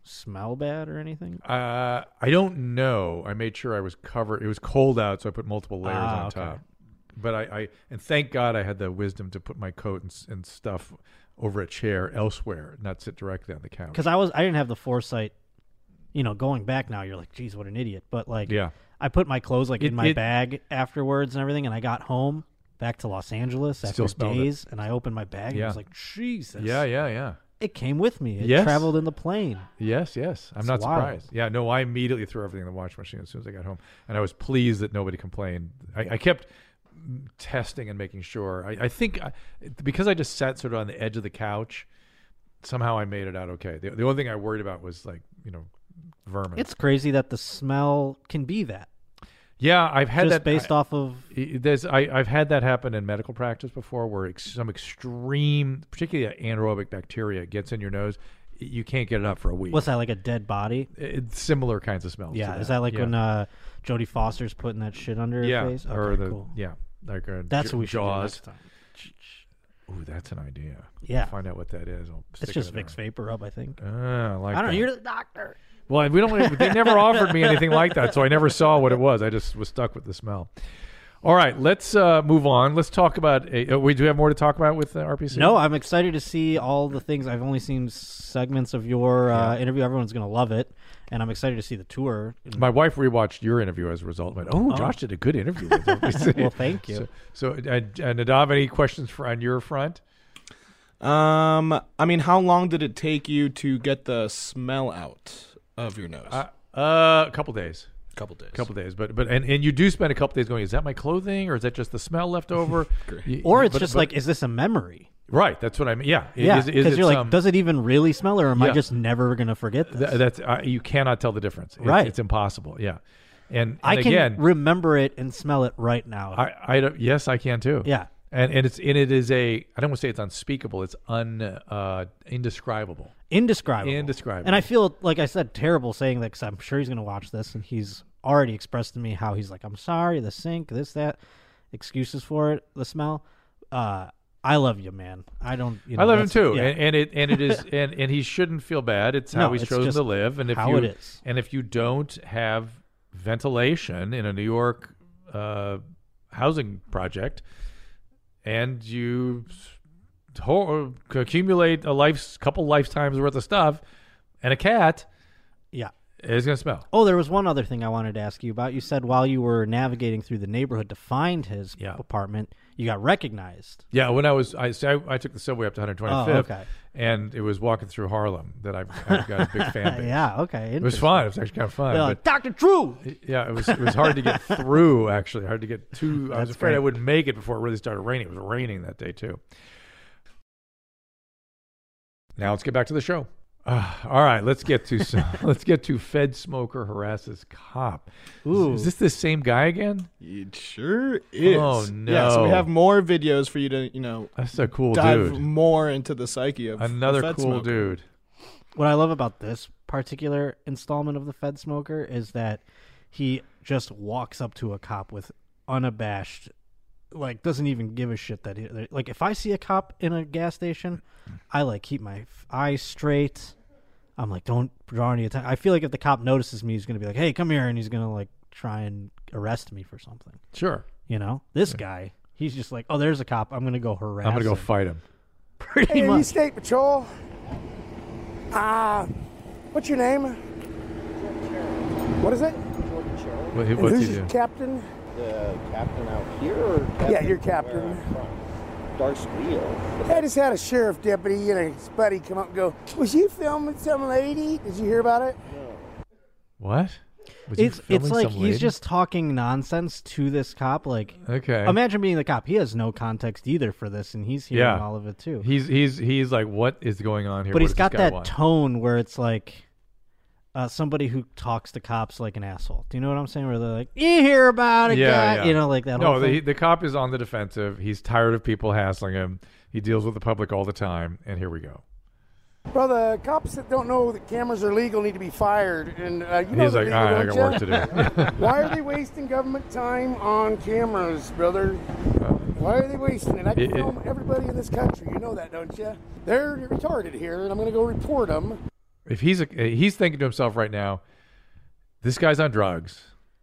[SPEAKER 3] smell bad or anything?
[SPEAKER 2] Uh, I don't know. I made sure I was covered. It was cold out, so I put multiple layers
[SPEAKER 3] Ah,
[SPEAKER 2] on
[SPEAKER 3] okay.
[SPEAKER 2] top. But I, I and thank God I had the wisdom to put my coat and, s- and stuff over a chair elsewhere, not sit directly on the couch.
[SPEAKER 3] Because I was I didn't have the foresight. You know, going back now, you're like, geez, what an idiot. But like,
[SPEAKER 2] Yeah.
[SPEAKER 3] I put my clothes like
[SPEAKER 2] It-
[SPEAKER 3] in my
[SPEAKER 2] it-
[SPEAKER 3] bag afterwards and everything, and I got home back to Los Angeles after
[SPEAKER 2] Still smelled it.
[SPEAKER 3] days, and I opened my bag and I
[SPEAKER 2] Yeah.
[SPEAKER 3] was like, Jesus,
[SPEAKER 2] Yeah, yeah, yeah.
[SPEAKER 3] it came with me. It
[SPEAKER 2] Yes.
[SPEAKER 3] traveled in the plane.
[SPEAKER 2] Yes, yes. I'm
[SPEAKER 3] It's
[SPEAKER 2] not
[SPEAKER 3] wild.
[SPEAKER 2] surprised. Yeah, no, I immediately threw everything in the washing machine as soon as I got home, and I was pleased that nobody complained. I, I kept testing and making sure. I, I think I, because I just sat sort of on the edge of the couch, somehow I made it out okay. The, the only thing I worried about was like you know vermin.
[SPEAKER 3] It's crazy that the smell can be that.
[SPEAKER 2] yeah, I've had
[SPEAKER 3] Just
[SPEAKER 2] that
[SPEAKER 3] based off of
[SPEAKER 2] I- There's I, I've had that happen in medical practice before, where ex- some extreme, particularly anaerobic bacteria, gets in your nose. You can't get it up for a week.
[SPEAKER 3] what's that like a dead body?
[SPEAKER 2] It's similar kinds of smells. to
[SPEAKER 3] Yeah, is that like
[SPEAKER 2] Yeah.
[SPEAKER 3] when uh, Jodie Foster's putting that shit under her
[SPEAKER 2] yeah,
[SPEAKER 3] face? Okay,
[SPEAKER 2] or the
[SPEAKER 3] cool.
[SPEAKER 2] yeah, like uh,
[SPEAKER 3] That's
[SPEAKER 2] J-
[SPEAKER 3] what we should do
[SPEAKER 2] jaws.
[SPEAKER 3] next time.
[SPEAKER 2] Ooh, that's an idea.
[SPEAKER 3] Yeah.
[SPEAKER 2] find out what that is. I'll stick
[SPEAKER 3] It's
[SPEAKER 2] it
[SPEAKER 3] just
[SPEAKER 2] in there.
[SPEAKER 3] Vicks vapor up, I think.
[SPEAKER 2] Ah, I like
[SPEAKER 3] I don't
[SPEAKER 2] that.
[SPEAKER 3] know. You're the doctor.
[SPEAKER 2] Well, we don't. They *laughs* never offered me anything like that, so I never saw what it was. I just was stuck with the smell. All right, let's uh, move on. Let's talk about. A, oh, we do have more to talk about with uh, RPC.
[SPEAKER 3] No, I'm excited to see all the things. I've only seen segments of your uh, interview. Everyone's gonna love it, and I'm excited to see the tour.
[SPEAKER 2] *laughs* My wife rewatched your interview as a result. and Went, oh, Josh did a good interview. *laughs* With RPC.
[SPEAKER 3] Well, thank you.
[SPEAKER 2] So, so uh, uh, Nadav, any questions for on your front?
[SPEAKER 4] Um, I mean, how long did it take you to get the smell out of your nose?
[SPEAKER 2] Uh, uh, a couple days.
[SPEAKER 4] couple days.
[SPEAKER 2] couple days but but and, and you do spend a couple days going is that my clothing or is that just the smell left over You-
[SPEAKER 3] Or it's
[SPEAKER 2] but-
[SPEAKER 3] just
[SPEAKER 2] but-
[SPEAKER 3] like, is this a memory?
[SPEAKER 2] right that's what i mean yeah
[SPEAKER 3] Yeah,
[SPEAKER 2] is- um, is
[SPEAKER 3] because
[SPEAKER 2] it
[SPEAKER 3] you're like,
[SPEAKER 2] some-
[SPEAKER 3] does it even really smell, or am
[SPEAKER 2] Yeah.
[SPEAKER 3] I just never gonna forget this?
[SPEAKER 2] th- that's uh, you cannot tell the difference It's-
[SPEAKER 3] Right.
[SPEAKER 2] it's impossible yeah and, and
[SPEAKER 3] I can
[SPEAKER 2] again
[SPEAKER 3] remember it and smell it right now.
[SPEAKER 2] I, I don't yes i can too
[SPEAKER 3] yeah,
[SPEAKER 2] and and it's and it is a i don't want to say it's unspeakable it's un uh indescribable
[SPEAKER 3] indescribable.
[SPEAKER 2] Indescribable.
[SPEAKER 3] And I feel like I said terrible saying that because I'm sure he's gonna watch this, and he's already expressed to me how he's like, I'm sorry, the sink, this, that, excuses for it, the smell. Uh, I love you, man. I don't. You know,
[SPEAKER 2] I love him
[SPEAKER 3] that's-
[SPEAKER 2] too, eh?
[SPEAKER 3] yeah.
[SPEAKER 2] and, and it and
[SPEAKER 3] *laughs*
[SPEAKER 2] it is and and he shouldn't feel bad. It's how
[SPEAKER 3] No,
[SPEAKER 2] he's
[SPEAKER 3] it's
[SPEAKER 2] chosen
[SPEAKER 3] just
[SPEAKER 2] to live, and if
[SPEAKER 3] how
[SPEAKER 2] you
[SPEAKER 3] it is.
[SPEAKER 2] and if you don't have ventilation in a New York uh, housing project, and you s- ho- accumulate a life's couple lifetimes worth of stuff, and a cat
[SPEAKER 3] yeah.
[SPEAKER 2] is gonna smell.
[SPEAKER 3] Oh, there was one other thing I wanted to ask you about. You said while you were navigating through the neighborhood to find his
[SPEAKER 2] Yeah.
[SPEAKER 3] apartment, you got recognized.
[SPEAKER 2] Yeah, when I was I so I, I took the subway up to 125th,
[SPEAKER 3] Oh, okay.
[SPEAKER 2] and it was walking through Harlem that I've, I've got a
[SPEAKER 3] *laughs*
[SPEAKER 2] big fan base.
[SPEAKER 3] Yeah. Okay.
[SPEAKER 2] It was fun. It was actually kind of fun.
[SPEAKER 3] They're
[SPEAKER 2] but-
[SPEAKER 3] like, Doctor Drew.
[SPEAKER 2] Yeah, it was it was hard to
[SPEAKER 3] *laughs*
[SPEAKER 2] get through. Actually, hard to get to. I was
[SPEAKER 3] That's
[SPEAKER 2] afraid I
[SPEAKER 3] great.
[SPEAKER 2] wouldn't make it before it really started raining. It was raining that day too. Now let's get back to the show. *sighs* Uh, all right, let's get to some, *laughs* let's get to Fed smoker harasses cop. Is-
[SPEAKER 3] Ooh.
[SPEAKER 2] Is, this the same guy again?
[SPEAKER 4] It sure is.
[SPEAKER 2] Oh,
[SPEAKER 4] Yeah, so we
[SPEAKER 2] no.
[SPEAKER 4] have more videos for you to, you know,
[SPEAKER 2] That's a cool
[SPEAKER 4] dive
[SPEAKER 2] dude.
[SPEAKER 4] more into the psyche of
[SPEAKER 2] Another
[SPEAKER 4] the Fed
[SPEAKER 2] cool
[SPEAKER 4] smoker.
[SPEAKER 2] dude.
[SPEAKER 3] what I love about this particular installment of the Fed Smoker is that he just walks up to a cop with unabashed, like doesn't even give a shit that he, like if I see a cop in a gas station, I like keep my f- eyes straight. I'm like, don't draw any attention. I feel like if the cop notices me, he's gonna be like, "Hey, come here," and he's gonna like try and arrest me for something.
[SPEAKER 2] Sure,
[SPEAKER 3] You know, this guy, he's just like, "Oh, there's a cop. I'm gonna go harass."
[SPEAKER 2] I'm gonna go
[SPEAKER 3] him."
[SPEAKER 2] fight him.
[SPEAKER 3] pretty
[SPEAKER 5] Hey, are you
[SPEAKER 3] much.
[SPEAKER 5] State Patrol? Uh, what's your name? What is it?
[SPEAKER 2] What,
[SPEAKER 5] And
[SPEAKER 2] what's he
[SPEAKER 5] who's
[SPEAKER 2] do?
[SPEAKER 5] your captain?
[SPEAKER 6] the captain out here or captain
[SPEAKER 5] Yeah, your
[SPEAKER 6] from
[SPEAKER 5] captain.
[SPEAKER 6] where I'm from? Dark Squeal.
[SPEAKER 5] I just had a sheriff deputy and his buddy come up and go, Was you filming some lady? Did you hear about it?
[SPEAKER 2] What? Was he
[SPEAKER 3] It's it's
[SPEAKER 2] filming
[SPEAKER 3] like
[SPEAKER 2] some
[SPEAKER 3] he's
[SPEAKER 2] lady?
[SPEAKER 3] just talking nonsense to this cop. Like,
[SPEAKER 2] okay.
[SPEAKER 3] imagine being the cop. He has no context either for this, and he's hearing
[SPEAKER 2] Yeah.
[SPEAKER 3] all of it too.
[SPEAKER 2] He's he's he's like, what is going on here?
[SPEAKER 3] but
[SPEAKER 2] What
[SPEAKER 3] he's
[SPEAKER 2] does this
[SPEAKER 3] got
[SPEAKER 2] guy
[SPEAKER 3] that
[SPEAKER 2] want?
[SPEAKER 3] tone where it's like uh, somebody who talks to cops like an asshole. Do you know what I'm saying? Where they're like, "You hear about it, guy?" You know, like that.
[SPEAKER 2] No,
[SPEAKER 3] whole
[SPEAKER 2] the
[SPEAKER 3] thing.
[SPEAKER 2] the cop is on the defensive. He's tired of people hassling him. He deals with the public all the time, and here we go.
[SPEAKER 5] Well, the cops that don't know that cameras are legal need to be fired. And uh, you know
[SPEAKER 2] He's
[SPEAKER 5] they're
[SPEAKER 2] like,
[SPEAKER 5] legal,
[SPEAKER 2] all right, I
[SPEAKER 5] don't
[SPEAKER 2] got
[SPEAKER 5] ya?"
[SPEAKER 2] work to *laughs* do.
[SPEAKER 5] Why are they wasting government time on cameras, brother? Why are they wasting it? I can
[SPEAKER 2] It- it-
[SPEAKER 5] film everybody in this country. You know that, don't you? They're retarded here, and I'm going to go report them.
[SPEAKER 2] if he's a, he's thinking to himself right now, this guy's on drugs.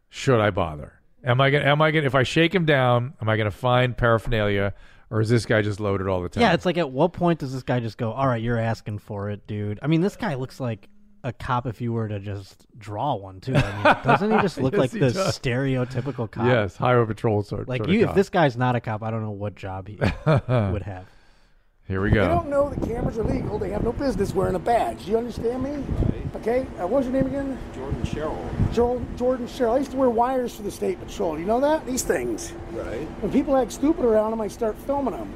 [SPEAKER 2] Should I bother? Am I gonna am I gonna if I shake him down? Am I gonna find paraphernalia, or is this guy just loaded all the time?
[SPEAKER 3] yeah, it's like at what point does this guy just go, "All right, you're asking for it, dude"? I mean, this guy looks like a cop if you were to just draw one too. I mean,
[SPEAKER 2] *laughs*
[SPEAKER 3] doesn't he just look
[SPEAKER 2] Yes,
[SPEAKER 3] like
[SPEAKER 2] he
[SPEAKER 3] this
[SPEAKER 2] does.
[SPEAKER 3] stereotypical cop?
[SPEAKER 2] yes, highway patrol sort
[SPEAKER 3] Like
[SPEAKER 2] sort
[SPEAKER 3] you,
[SPEAKER 2] of
[SPEAKER 3] if
[SPEAKER 2] cop. *laughs*
[SPEAKER 3] this guy's not a cop, I don't know what job he would have.
[SPEAKER 2] Here we
[SPEAKER 5] They
[SPEAKER 2] go.
[SPEAKER 5] don't know that cameras are legal. They have no business wearing a badge. Do you understand me? Okay. Uh, what was your name again?
[SPEAKER 6] Jordan Sherrill,
[SPEAKER 5] Jordan, Jordan Sherrill. I used to wear wires for the state patrol. You know that? These things.
[SPEAKER 6] right?
[SPEAKER 5] When people act stupid around them, I start filming them.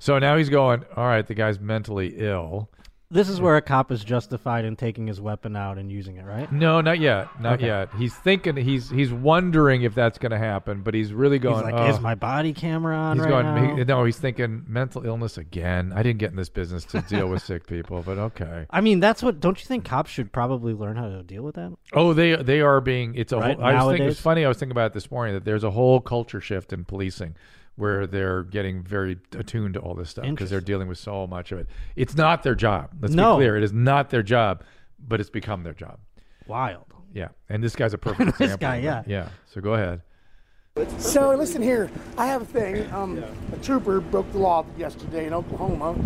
[SPEAKER 2] So now he's going, all right, the guy's mentally ill.
[SPEAKER 3] This is where a cop is justified in taking his weapon out and using it, right?
[SPEAKER 2] No, not yet. Not yet. He's thinking he's he's wondering if that's going to happen, but he's really going
[SPEAKER 3] He's like,
[SPEAKER 2] oh.
[SPEAKER 3] is my body camera on
[SPEAKER 2] He's
[SPEAKER 3] right now?
[SPEAKER 2] going. he- no, he's thinking mental illness again. I didn't get in this business to deal with sick people, but okay.
[SPEAKER 3] I mean, that's what. Don't you think cops should probably learn how to deal with that?
[SPEAKER 2] Oh, they they are being. It's a.
[SPEAKER 3] Right,
[SPEAKER 2] whole, I was thinking, it was
[SPEAKER 3] nowadays?
[SPEAKER 2] funny. I was thinking about it this morning that there's a whole culture shift in policing where they're getting very attuned to all this stuff because they're
[SPEAKER 3] Interesting.
[SPEAKER 2] dealing with so much of it. It's not their job. Let's
[SPEAKER 3] No.
[SPEAKER 2] be clear. It is not their job, but it's become their job.
[SPEAKER 3] Wild.
[SPEAKER 2] Yeah, and this
[SPEAKER 3] *laughs*
[SPEAKER 2] guy's a perfect example.
[SPEAKER 3] This guy,
[SPEAKER 2] of that. Yeah. So go ahead.
[SPEAKER 5] So listen here, I have a thing. Um, A trooper broke the law yesterday in Oklahoma,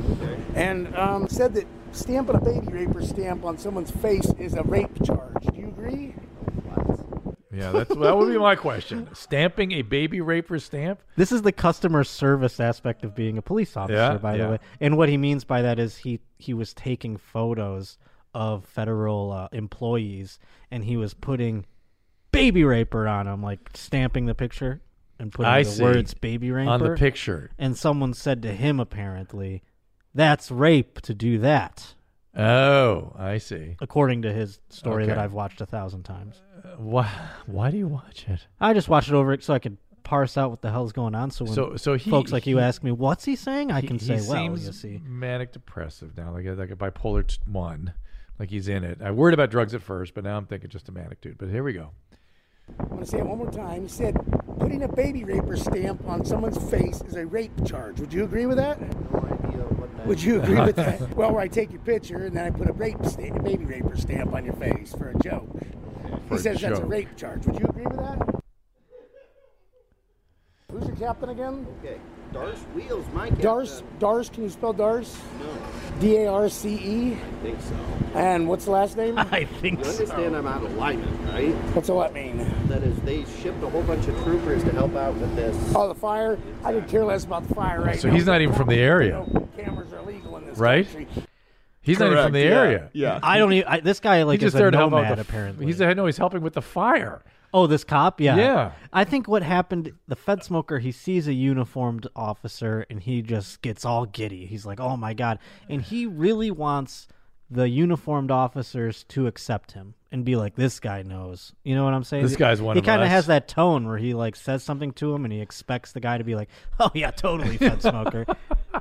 [SPEAKER 5] and um, said that stamping a baby raper stamp on someone's face is a rape charge. Do you agree?
[SPEAKER 2] Yeah, that's that would be my question. Stamping a baby raper stamp.
[SPEAKER 3] This is the customer service aspect of being a police officer,
[SPEAKER 2] Yeah,
[SPEAKER 3] by
[SPEAKER 2] yeah.
[SPEAKER 3] the way. And what he means by that is he he was taking photos of federal uh, employees, and he was putting baby raper on them, like stamping the picture and putting
[SPEAKER 2] I
[SPEAKER 3] the
[SPEAKER 2] see.
[SPEAKER 3] words "baby raper"
[SPEAKER 2] on the picture.
[SPEAKER 3] And someone said to him, apparently, "That's rape to do that."
[SPEAKER 2] Oh, I see.
[SPEAKER 3] According to his story that
[SPEAKER 2] Okay.
[SPEAKER 3] I've watched a thousand times.
[SPEAKER 2] Why? Why do you watch it?
[SPEAKER 3] I just watched it over it so I could parse out what the hell's going on. So when
[SPEAKER 2] So- so he-
[SPEAKER 3] folks like you
[SPEAKER 2] he-
[SPEAKER 3] ask me, "What's he saying?" I can
[SPEAKER 2] he
[SPEAKER 3] say,
[SPEAKER 2] seems
[SPEAKER 3] "Well, you
[SPEAKER 2] *laughs*
[SPEAKER 3] see."
[SPEAKER 2] manic depressive now, like a, like a bipolar t- one, like he's in it. I worried about drugs at first, but now I'm thinking just a manic dude. But here we go.
[SPEAKER 5] I'm gonna say it one more time. He said putting a baby raper stamp on someone's face is a rape charge. Would you agree with that?
[SPEAKER 6] No idea what that
[SPEAKER 5] Would you agree with
[SPEAKER 6] *laughs*
[SPEAKER 5] that? Well, where I take your picture and then I put a rape stamp, baby raper stamp on your face for a joke.
[SPEAKER 2] For a
[SPEAKER 5] he says that's a
[SPEAKER 2] joke.
[SPEAKER 5] rape charge. Would you agree with that? Who's your captain again?
[SPEAKER 6] Okay, Darce Wheels, my captain.
[SPEAKER 5] Darce, Darce, can you spell Darce? D A R C E.
[SPEAKER 6] I think so.
[SPEAKER 5] And what's the last
[SPEAKER 6] *laughs*
[SPEAKER 5] name?
[SPEAKER 3] I think
[SPEAKER 6] You understand I'm out of alignment, right?
[SPEAKER 5] what's all that mean?
[SPEAKER 6] That is, they shipped a whole bunch of troopers to help out with this.
[SPEAKER 5] Oh, the fire? I could care less about the fire right
[SPEAKER 2] So
[SPEAKER 5] now.
[SPEAKER 2] he's not even from the area.
[SPEAKER 5] Cameras are illegal in this
[SPEAKER 2] Right?
[SPEAKER 5] country.
[SPEAKER 2] He's not even from
[SPEAKER 4] Correct,
[SPEAKER 2] the
[SPEAKER 4] yeah,
[SPEAKER 2] area.
[SPEAKER 4] Yeah.
[SPEAKER 3] I don't even. I, this guy
[SPEAKER 2] He
[SPEAKER 3] like is
[SPEAKER 2] just
[SPEAKER 3] a
[SPEAKER 2] there to help out
[SPEAKER 3] nomad
[SPEAKER 2] the f-
[SPEAKER 3] apparently.
[SPEAKER 2] He's I know he's helping with the fire.
[SPEAKER 3] oh, this cop. Yeah.
[SPEAKER 2] Yeah.
[SPEAKER 3] I think what happened. The Fed smoker. He sees a uniformed officer and he just gets all giddy. He's like, "Oh my god!" And he really wants the uniformed officers to accept him and be like, "This guy knows." You know what I'm saying?
[SPEAKER 2] This guy's one
[SPEAKER 3] He
[SPEAKER 2] of
[SPEAKER 3] kinda
[SPEAKER 2] us.
[SPEAKER 3] has that tone where he like says something to him and he expects the guy to be like, "Oh yeah, totally
[SPEAKER 2] *laughs*
[SPEAKER 3] Fed smoker,"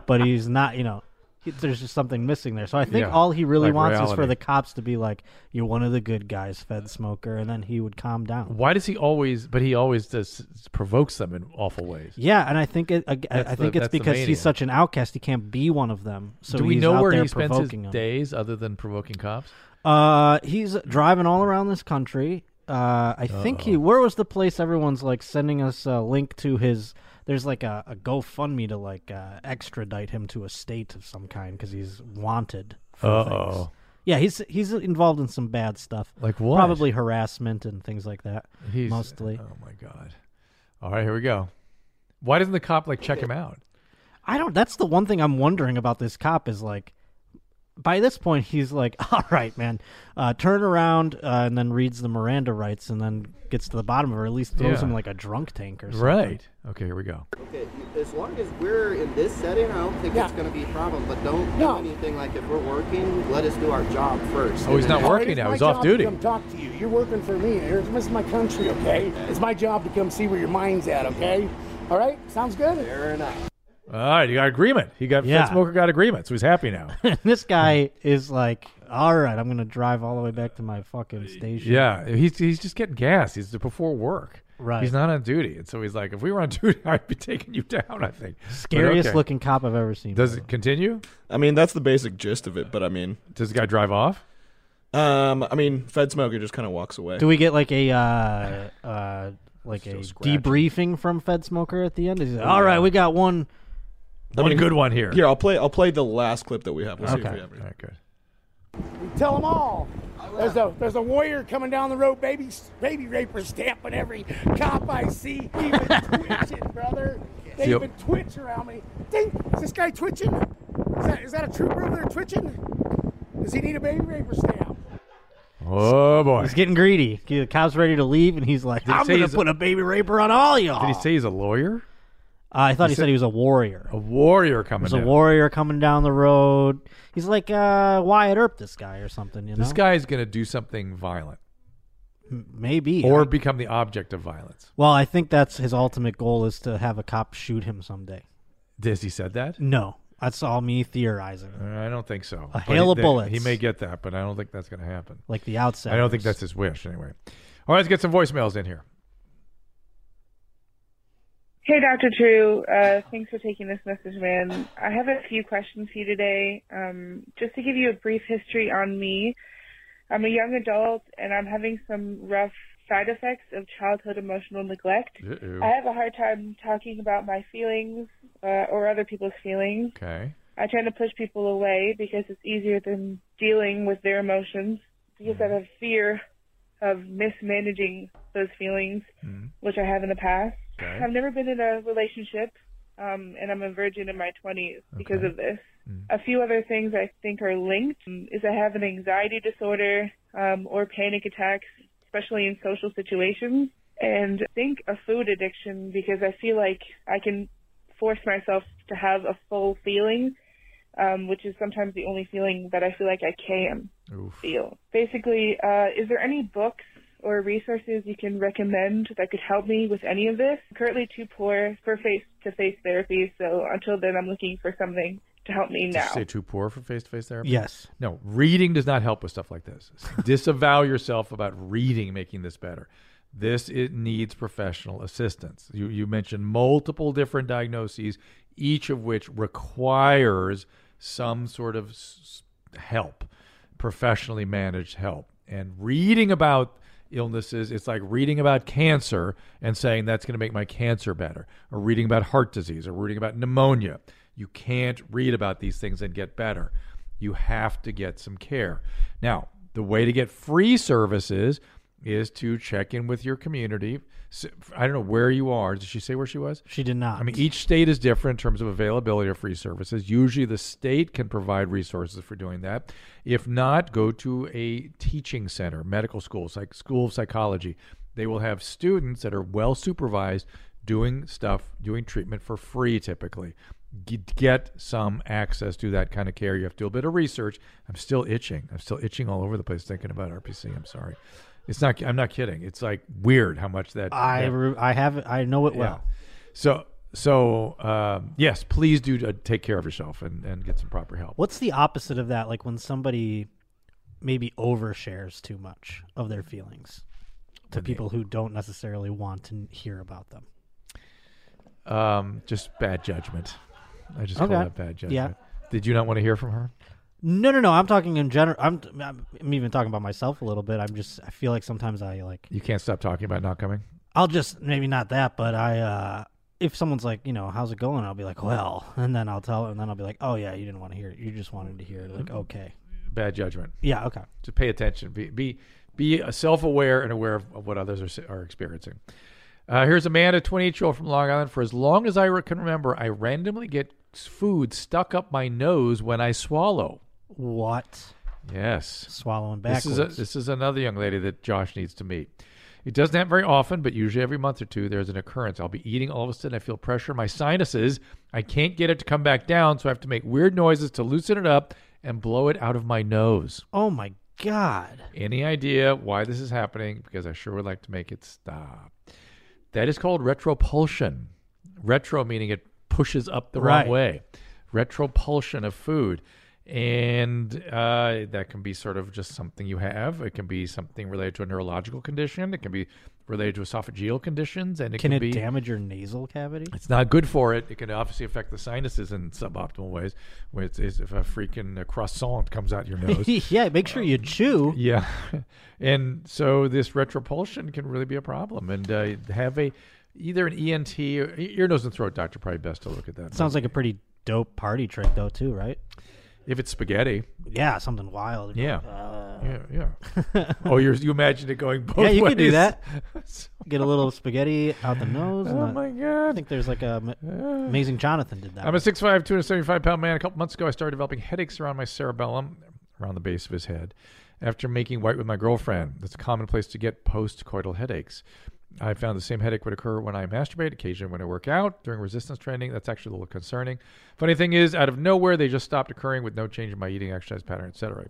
[SPEAKER 3] but he's not. You know. he- There's just something missing there, so I think
[SPEAKER 2] Yeah,
[SPEAKER 3] all he really
[SPEAKER 2] like
[SPEAKER 3] wants is for
[SPEAKER 2] reality.
[SPEAKER 3] the cops to be like, "You're one of the good guys, Fed smoker," and then he would calm down.
[SPEAKER 2] Why does he always? But he always does provokes them in awful ways.
[SPEAKER 3] Yeah, and I think it, I, I
[SPEAKER 2] That's the-
[SPEAKER 3] think
[SPEAKER 2] that's
[SPEAKER 3] it's
[SPEAKER 2] the
[SPEAKER 3] because
[SPEAKER 2] mania.
[SPEAKER 3] he's such an outcast, he can't be one of them. So
[SPEAKER 2] Do we
[SPEAKER 3] he's
[SPEAKER 2] know
[SPEAKER 3] out
[SPEAKER 2] where
[SPEAKER 3] there
[SPEAKER 2] he spends his
[SPEAKER 3] provoking them.
[SPEAKER 2] days other than provoking cops?
[SPEAKER 3] Uh, he's driving all around this country. Uh, I think
[SPEAKER 2] Oh.
[SPEAKER 3] he. Where was the place everyone's like sending us a link to his? There's like a, a GoFundMe to like uh, extradite him to a state of some kind because he's wanted. for
[SPEAKER 2] Uh-oh.
[SPEAKER 3] things. Yeah, he's he's involved in some bad stuff.
[SPEAKER 2] Like what?
[SPEAKER 3] Probably harassment and things like that.
[SPEAKER 2] He's
[SPEAKER 3] mostly.
[SPEAKER 2] Oh my god! All right, here we go. Why doesn't the cop like check him out?
[SPEAKER 3] I don't. That's the one thing I'm wondering about this cop is like, by this point he's like, *laughs* all right, man, uh, turn around uh, and then reads the Miranda rights and then gets to the bottom of it. Or at least throws
[SPEAKER 2] Yeah.
[SPEAKER 3] him like a drunk tank or something.
[SPEAKER 2] Right. Okay, here we go.
[SPEAKER 6] Okay, as long as we're in this setting, I don't think
[SPEAKER 5] Yeah.
[SPEAKER 6] it's going to be a problem. But don't
[SPEAKER 5] No.
[SPEAKER 6] do anything like if we're working, let us do our job first.
[SPEAKER 2] Oh, he's not
[SPEAKER 5] All right,
[SPEAKER 2] working
[SPEAKER 5] it's
[SPEAKER 2] now.
[SPEAKER 5] my
[SPEAKER 2] He's off
[SPEAKER 5] job to
[SPEAKER 2] duty.
[SPEAKER 5] Come talk to you. You're working for me. Here. This is my country, okay? It's my job to come see where your mind's at, okay? All right, sounds good.
[SPEAKER 6] Fair enough.
[SPEAKER 2] All right, he got agreement. He got
[SPEAKER 3] Yeah.
[SPEAKER 2] Fred Smoker got agreement, so he's happy now.
[SPEAKER 3] *laughs* *laughs* this guy is like, all right, I'm gonna drive all the way back to my fucking station.
[SPEAKER 2] yeah, he's he's just getting gas. He's before work.
[SPEAKER 3] Right.
[SPEAKER 2] He's not on duty, and so he's like, if we were on *laughs* duty, I'd be taking you down. I think But
[SPEAKER 3] Scariest
[SPEAKER 2] okay.
[SPEAKER 3] looking cop I've ever seen.
[SPEAKER 2] Does it continue?
[SPEAKER 4] I mean, that's the basic gist of it. But I mean,
[SPEAKER 2] Does the guy drive off?
[SPEAKER 4] um, I mean, Fed Smoker just kind of walks away.
[SPEAKER 3] Do we get like a uh, uh, like a
[SPEAKER 4] scratching.
[SPEAKER 3] debriefing from Fed Smoker at the end? Is he like, all right, we got one.
[SPEAKER 2] One good one here.
[SPEAKER 4] Here, I'll play. I'll play the last clip that we have. We'll see if
[SPEAKER 2] Okay. All
[SPEAKER 4] we have any.
[SPEAKER 2] right, good.
[SPEAKER 5] We tell them all. There's a there's a warrior coming down the road, baby baby raper stamping every cop I see. He been twitching, *laughs* brother. They
[SPEAKER 2] Yep.
[SPEAKER 5] even twitch around me. Think, is this guy twitching? Is that, is that a trooper over there twitching? Does he need a baby raper stamp?
[SPEAKER 2] Oh boy!
[SPEAKER 3] He's getting greedy. The cow's ready to leave, and he's like,
[SPEAKER 2] he
[SPEAKER 3] "I'm
[SPEAKER 2] say
[SPEAKER 3] gonna
[SPEAKER 2] he's a-
[SPEAKER 3] put a baby raper on all y'all."
[SPEAKER 2] Did he say he's a lawyer?
[SPEAKER 3] Uh, I thought he, said, he was a warrior.
[SPEAKER 2] A warrior coming
[SPEAKER 3] There's a
[SPEAKER 2] in.
[SPEAKER 3] warrior coming down the road. He's like uh, Wyatt Earp, this guy or something. You know,
[SPEAKER 2] This guy's going to do something violent
[SPEAKER 3] M- maybe.
[SPEAKER 2] or become the object of violence.
[SPEAKER 3] well, I think that's his ultimate goal is to have a cop shoot him someday.
[SPEAKER 2] Does he said that?
[SPEAKER 3] No, that's all me theorizing.
[SPEAKER 2] Uh, I don't think so.
[SPEAKER 3] A
[SPEAKER 2] But
[SPEAKER 3] hail
[SPEAKER 2] he-
[SPEAKER 3] of
[SPEAKER 2] they-
[SPEAKER 3] bullets.
[SPEAKER 2] He may get that, but I don't think that's going to happen.
[SPEAKER 3] Like the outset.
[SPEAKER 2] I don't think that's his wish anyway. All right, let's get some voicemails in here.
[SPEAKER 7] Hey, Dr. Drew. Uh, thanks for taking this message, man. I have a few questions for you today. Um, just to give you a brief history on me, I'm a young adult and I'm having some rough side effects of childhood emotional neglect.
[SPEAKER 2] Uh-oh.
[SPEAKER 3] Uh,
[SPEAKER 7] I have a hard time talking about my feelings uh, or other people's feelings.
[SPEAKER 2] Okay.
[SPEAKER 7] I tend to push people away because it's easier than dealing with their emotions because I have a fear of mismanaging those feelings, which I have in the past. I've never been in a relationship, um, and I'm a virgin in my 20s because of this. A few other things I think are linked um, is I have an anxiety disorder um, or panic attacks, especially in social situations, and I think a food addiction because I feel like I can force myself to have a full feeling, um, which is sometimes the only feeling that I feel like I can feel. Basically, uh, is there any books or resources you can recommend that could help me with any of this? I'm currently too poor for face to face therapy, so until then, I'm looking for something to help me
[SPEAKER 2] Did you
[SPEAKER 7] now.
[SPEAKER 2] say too poor for face to face therapy?
[SPEAKER 3] Yes.
[SPEAKER 2] No, reading does not help with stuff
[SPEAKER 3] *laughs*
[SPEAKER 2] like this. Disavow yourself about reading making this better. This it needs professional assistance. You you mentioned multiple different diagnoses, each of which requires some sort of s- s- help, professionally managed help. And reading about illnesses, it's like reading about cancer and saying that's going to make my cancer better, or reading about heart disease, or reading about pneumonia. You can't read about these things and get better you have to get some care. Now, the way to get free services is to check in with your community. S- I don't know where you are. Did she say where she was?
[SPEAKER 3] She did not.
[SPEAKER 2] I mean, each state is different in terms of availability of free services. Usually, the state can provide resources for doing that. If not, go to a teaching center, medical school, psych, school of psychology. They will have students that are well supervised doing stuff, doing treatment for free typically. G- Get some access to that kind of care. You have to do a bit of research. I'm still itching. I'm still itching all over the place thinking about RPC. I'm sorry. It's not. I'm not kidding. It's like weird how much that
[SPEAKER 3] I
[SPEAKER 2] that
[SPEAKER 3] re- I have it. I know it well.
[SPEAKER 2] so so um, yes, please do uh, take care of yourself and, and get some proper help.
[SPEAKER 3] What's the opposite of that? Like when somebody maybe overshares too much of their feelings to people who don't necessarily want to hear about them.
[SPEAKER 2] Um, just bad judgment. I just
[SPEAKER 3] Okay.
[SPEAKER 2] call that bad judgment. Did you not want to hear from her?
[SPEAKER 3] No, no, no. I'm talking in general. I'm, I'm I'm even talking about myself a little bit. I'm just I feel like sometimes I like
[SPEAKER 2] You can't stop talking about not coming.
[SPEAKER 3] I'll just maybe not that, but I uh if someone's like, you know, how's it going? I'll be like, well, and then I'll tell, and then I'll be like, oh yeah, you didn't want to hear it. You just wanted to hear it.
[SPEAKER 2] Mm-hmm.
[SPEAKER 3] Like, okay,
[SPEAKER 2] Bad judgment.
[SPEAKER 3] yeah, okay.
[SPEAKER 2] to pay attention. Be be be self aware and aware of, of what others are s- are experiencing. Uh, here's a man, a 28 year old from Long Island. For as long as I re- can remember, I randomly get s- food stuck up my nose when I swallow.
[SPEAKER 3] What
[SPEAKER 2] Yes,
[SPEAKER 3] swallowing backwards?
[SPEAKER 2] this is a, this is another young lady that Josh needs to meet. It doesn't happen very often, but usually every month or two there's an occurrence. I'll be eating, all of a sudden I feel pressure in my sinuses. I can't get it to come back down, so I have to make weird noises to loosen it up and blow it out of my nose
[SPEAKER 3] oh my god!
[SPEAKER 2] any idea why this is happening because I sure would like to make it stop. That is called retropulsion. Retro meaning it pushes up the
[SPEAKER 3] Right.
[SPEAKER 2] wrong way. Retropulsion of food. And uh, that can be sort of just something you have. It can be something related to a neurological condition. It can be related to esophageal conditions, and it can,
[SPEAKER 3] Can it
[SPEAKER 2] be
[SPEAKER 3] damage your nasal cavity? *laughs*
[SPEAKER 2] it's not good for it. It can obviously affect the sinuses in suboptimal ways. Where it's, it's if a freaking uh, croissant comes
[SPEAKER 3] *laughs*
[SPEAKER 2] out your nose,
[SPEAKER 3] yeah, make sure you chew.
[SPEAKER 2] Um, yeah, *laughs* and so this retropulsion can really be a problem, and uh, have a either an ENT or ear, nose, and throat doctor probably best to look at that.
[SPEAKER 3] Sounds like a pretty dope party trick though, too, right?
[SPEAKER 2] if it's spaghetti,
[SPEAKER 3] Yeah, something wild.
[SPEAKER 2] yeah, Yeah, yeah.
[SPEAKER 3] *laughs*
[SPEAKER 2] oh, you're, you imagined it going both
[SPEAKER 3] Uh. Yeah, you
[SPEAKER 2] ways.
[SPEAKER 3] could do that. *laughs* Get a little spaghetti out the nose. and
[SPEAKER 2] oh
[SPEAKER 3] that-
[SPEAKER 2] my
[SPEAKER 3] I
[SPEAKER 2] god.
[SPEAKER 3] think there's like a ma- amazing Jonathan did that.
[SPEAKER 2] I'm a 6'5", 275 pound man. A couple months ago, I started developing headaches around my cerebellum, around the base of his head, after making white with my girlfriend. That's a common place to get post-coital headaches. I found the same headache would occur when I masturbate, occasionally when I work out, during resistance training. That's actually a little concerning. Funny thing is, out of nowhere, they just stopped occurring with no change in my eating, exercise pattern, etc.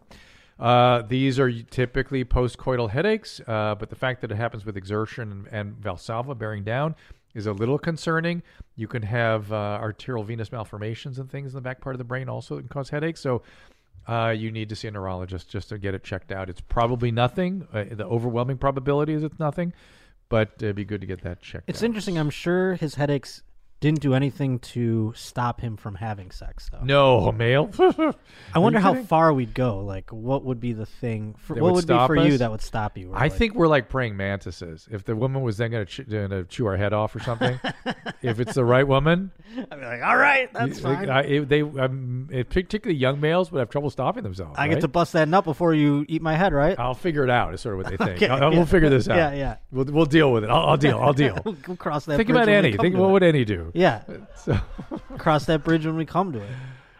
[SPEAKER 2] Uh, these are typically postcoital headaches, uh, but the fact that it happens with exertion and, and valsalva bearing down is a little concerning. You can have uh, arterial venous malformations and things in the back part of the brain also that can cause headaches. So uh, you need to see a neurologist just to get it checked out. It's probably nothing. Uh, the overwhelming probability is it's nothing, but it'd be good to get that checked
[SPEAKER 3] it's
[SPEAKER 2] out.
[SPEAKER 3] interesting. I'm sure his headaches didn't do anything to stop him from having sex, though.
[SPEAKER 2] no, male.
[SPEAKER 3] I wonder how
[SPEAKER 2] kidding?
[SPEAKER 3] far we'd go. Like, what would be the thing? For,
[SPEAKER 2] That
[SPEAKER 3] what
[SPEAKER 2] would
[SPEAKER 3] would, be
[SPEAKER 2] stop
[SPEAKER 3] for you
[SPEAKER 2] us?
[SPEAKER 3] that would stop you? We're
[SPEAKER 2] I
[SPEAKER 3] like, *laughs*
[SPEAKER 2] think we're like praying mantises. If the woman was then going to ch- gonna chew our head off or something, if it's the right woman,
[SPEAKER 3] I'd be like, all right, that's
[SPEAKER 2] Like,
[SPEAKER 3] fine. I,
[SPEAKER 2] I, it, they, um, it, particularly young males, would have trouble stopping themselves.
[SPEAKER 3] get
[SPEAKER 2] right? Oh.
[SPEAKER 3] to bust that nut before you eat my head, right?
[SPEAKER 2] I'll figure it out. Is sort
[SPEAKER 3] *laughs*
[SPEAKER 2] of what they think.
[SPEAKER 3] Okay,
[SPEAKER 2] I'll- I'll-
[SPEAKER 3] yeah.
[SPEAKER 2] We'll figure this out.
[SPEAKER 3] Yeah, yeah.
[SPEAKER 2] We'll, we'll deal with it. I'll, I'll deal.
[SPEAKER 3] *laughs*
[SPEAKER 2] I'll deal.
[SPEAKER 3] *laughs* We'll we'll cross that.
[SPEAKER 2] think
[SPEAKER 3] bridge
[SPEAKER 2] about
[SPEAKER 3] when we
[SPEAKER 2] Annie.
[SPEAKER 3] come
[SPEAKER 2] Think
[SPEAKER 3] to
[SPEAKER 2] what
[SPEAKER 3] it.
[SPEAKER 2] would Annie do?
[SPEAKER 3] Yeah,
[SPEAKER 2] So,
[SPEAKER 3] cross that bridge when we come to it.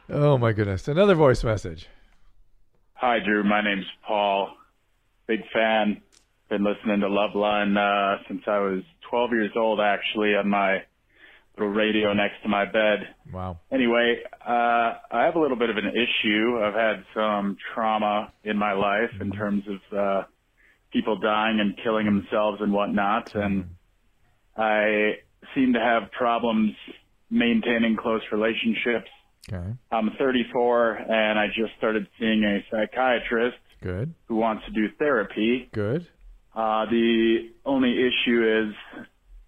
[SPEAKER 2] oh my goodness, another voice message.
[SPEAKER 8] Hi, Drew. My name's Paul. Big fan. Been listening to Loveline uh, since I was 12 years old, actually, on my little radio next to my bed.
[SPEAKER 2] Wow.
[SPEAKER 8] Anyway, uh, I have a little bit of an issue. I've had some trauma in my life in terms of uh, people dying and killing themselves and whatnot, and I seem to have problems maintaining close relationships.
[SPEAKER 2] Okay.
[SPEAKER 8] I'm 34, and I just started seeing a psychiatrist
[SPEAKER 2] Good.
[SPEAKER 8] who wants to do therapy.
[SPEAKER 2] Good.
[SPEAKER 8] Uh, the only issue is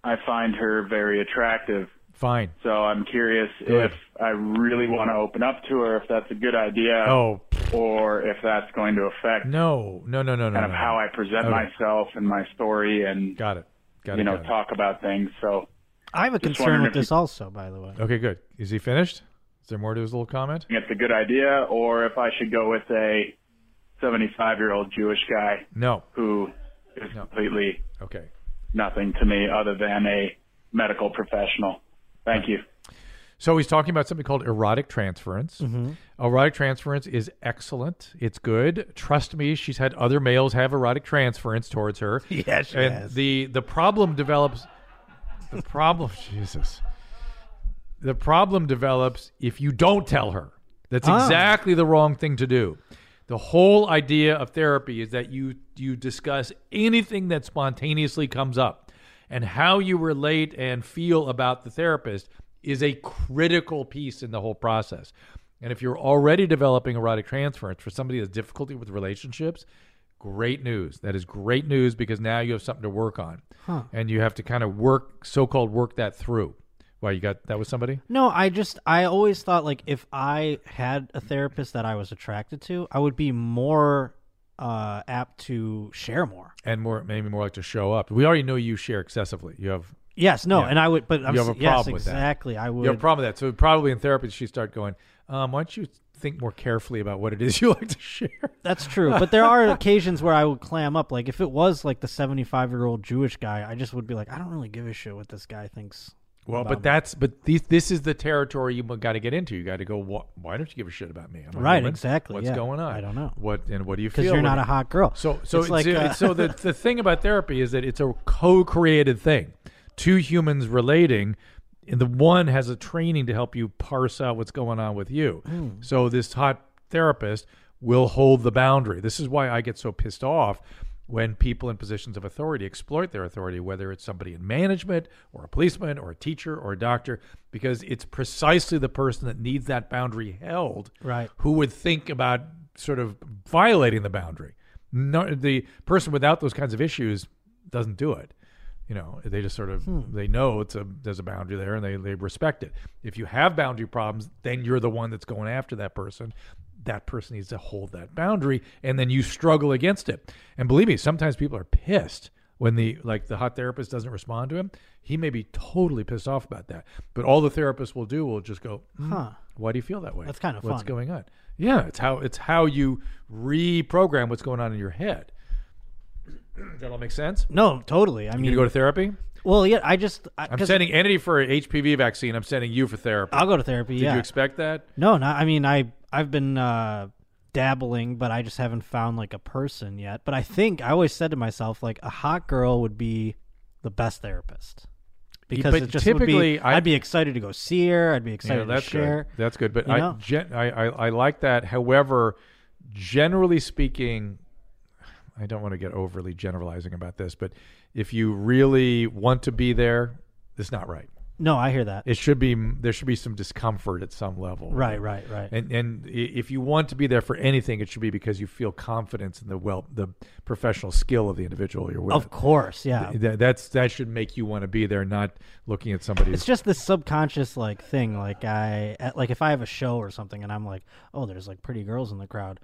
[SPEAKER 8] I find her very attractive.
[SPEAKER 2] Fine.
[SPEAKER 8] So I'm curious
[SPEAKER 2] Good.
[SPEAKER 8] if I really want to open up to her, if that's a good idea,
[SPEAKER 2] Oh pff,
[SPEAKER 8] or if that's going to affect
[SPEAKER 2] no, no, no, no, no.
[SPEAKER 8] kind of
[SPEAKER 2] no.
[SPEAKER 8] how I present
[SPEAKER 2] Okay.
[SPEAKER 8] myself and my story and,
[SPEAKER 2] Got it. Got
[SPEAKER 8] you
[SPEAKER 2] it.
[SPEAKER 8] know,
[SPEAKER 2] got it.
[SPEAKER 8] talk about things. So,
[SPEAKER 3] I have a
[SPEAKER 8] Just
[SPEAKER 3] concern
[SPEAKER 8] wondering
[SPEAKER 3] with
[SPEAKER 8] if you-
[SPEAKER 3] this also, by the way.
[SPEAKER 2] Okay. Good. Is he finished? Is there more to his little comment?
[SPEAKER 8] if it's a good idea, or if I should go with a 75 year old Jewish guy
[SPEAKER 2] No.
[SPEAKER 8] who is
[SPEAKER 2] No.
[SPEAKER 8] completely
[SPEAKER 2] Okay.
[SPEAKER 8] nothing to me other than a medical professional. Thank you.
[SPEAKER 2] So he's talking about something called erotic transference.
[SPEAKER 3] Mm-hmm.
[SPEAKER 2] Erotic transference is excellent. It's good. Trust me, she's had other males have erotic transference
[SPEAKER 3] *laughs*
[SPEAKER 2] towards her.
[SPEAKER 3] Yeah, she
[SPEAKER 2] and
[SPEAKER 3] has.
[SPEAKER 2] the the problem develops. The problem, *laughs* Jesus. The problem develops if you don't tell her. That's
[SPEAKER 3] Ah.
[SPEAKER 2] exactly the wrong thing to do. The whole idea of therapy is that you you discuss anything that spontaneously comes up and how you relate and feel about the therapist is a critical piece in the whole process. And if you're already developing erotic transference for somebody that's difficulty with relationships, great news. That is great news because now you have something to work on. And you have to kind of work so-called work that through. Why you got that with somebody?
[SPEAKER 3] No, I just I always thought like if I had a therapist that I was attracted to, I would be more uh apt to share more.
[SPEAKER 2] and more maybe more like to show up. We already know you share excessively. You have
[SPEAKER 3] Yes, no,
[SPEAKER 2] Yeah.
[SPEAKER 3] and I would but I'm
[SPEAKER 2] You have
[SPEAKER 3] s-
[SPEAKER 2] a
[SPEAKER 3] yes,
[SPEAKER 2] problem with that.
[SPEAKER 3] exactly. I would
[SPEAKER 2] you have a problem with that. So probably in therapy she start going, um, why don't you think more carefully about what it is *laughs* you like to share?
[SPEAKER 3] That's true. But there
[SPEAKER 2] *laughs*
[SPEAKER 3] are occasions where I would clam up. Like if it was like the 75-year-old Jewish guy, I just would be like, I don't really give a shit what this guy thinks.
[SPEAKER 2] Well,
[SPEAKER 3] about
[SPEAKER 2] but that's but these this is the territory you got to get into. You got to go. "Wha- Why don't you give a shit about me? I'm a
[SPEAKER 3] Right,
[SPEAKER 2] human.
[SPEAKER 3] exactly,
[SPEAKER 2] What's
[SPEAKER 3] yeah.
[SPEAKER 2] going on?
[SPEAKER 3] I don't know.
[SPEAKER 2] What and what do you
[SPEAKER 3] Because
[SPEAKER 2] feel?
[SPEAKER 3] you're
[SPEAKER 2] when
[SPEAKER 3] not
[SPEAKER 2] it-
[SPEAKER 3] a hot girl.
[SPEAKER 2] So so
[SPEAKER 3] it's
[SPEAKER 2] it's
[SPEAKER 3] like uh,
[SPEAKER 2] so the the thing about therapy is that it's a co-created thing. Two humans relating and the one has a training to help you parse out what's going on with you.
[SPEAKER 3] Hmm.
[SPEAKER 2] So this hot therapist will hold the boundary. This is why I get so pissed off when people in positions of authority exploit their authority, whether it's somebody in management or a policeman or a teacher or a doctor, because it's precisely the person that needs that boundary held
[SPEAKER 3] Right.
[SPEAKER 2] who would think about sort of violating the boundary. No, the person without those kinds of issues doesn't do it. You know, they just sort of
[SPEAKER 3] Hmm.
[SPEAKER 2] they know it's a there's a boundary there, and they they respect it. If you have boundary problems, then you're the one that's going after that person. That person needs to hold that boundary, and then you struggle against it. And believe me, sometimes people are pissed when the like the hot therapist doesn't respond to him, he may be totally pissed off about that. But all the therapist will do will just go, "Hmm,
[SPEAKER 3] Huh.
[SPEAKER 2] Why do you feel that way?
[SPEAKER 3] That's kind of
[SPEAKER 2] what's
[SPEAKER 3] fun."
[SPEAKER 2] going on. Yeah, it's how it's how you reprogram what's going on in your head. that all make sense.
[SPEAKER 3] No, totally. I
[SPEAKER 2] You
[SPEAKER 3] mean,
[SPEAKER 2] to go to therapy.
[SPEAKER 3] well, yeah. I just, I,
[SPEAKER 2] I'm
[SPEAKER 3] just
[SPEAKER 2] sending Entity for an HPV vaccine. I'm sending you for therapy.
[SPEAKER 3] I'll go to therapy.
[SPEAKER 2] Did
[SPEAKER 3] yeah.
[SPEAKER 2] you expect that?
[SPEAKER 3] no, no. I mean, I I've been uh, dabbling, but I just haven't found like a person yet. But I think I always said to myself, like a hot girl would be the best therapist because
[SPEAKER 2] but
[SPEAKER 3] it just would
[SPEAKER 2] typically
[SPEAKER 3] be.
[SPEAKER 2] I-
[SPEAKER 3] I'd be excited to go see her. I'd be
[SPEAKER 2] Yeah,
[SPEAKER 3] excited
[SPEAKER 2] that's
[SPEAKER 3] to share.
[SPEAKER 2] good. That's good. But
[SPEAKER 3] You
[SPEAKER 2] I,
[SPEAKER 3] know?
[SPEAKER 2] gen- I, I, I like that. However, generally speaking, I don't want to get overly generalizing about this, but if you really want to be there, it's not right.
[SPEAKER 3] No, I hear that.
[SPEAKER 2] It should be there should be some discomfort at some level.
[SPEAKER 3] right, right, right.
[SPEAKER 2] And and i- if you want to be there for anything, it should be because you feel confidence in the well the professional skill of the individual you're with.
[SPEAKER 3] of course, yeah.
[SPEAKER 2] Th- that's that should make you want to be there, not looking at somebody's
[SPEAKER 3] it's just this subconscious like thing like i at- like if i have a show or something and i'm like oh there's like pretty girls in the crowd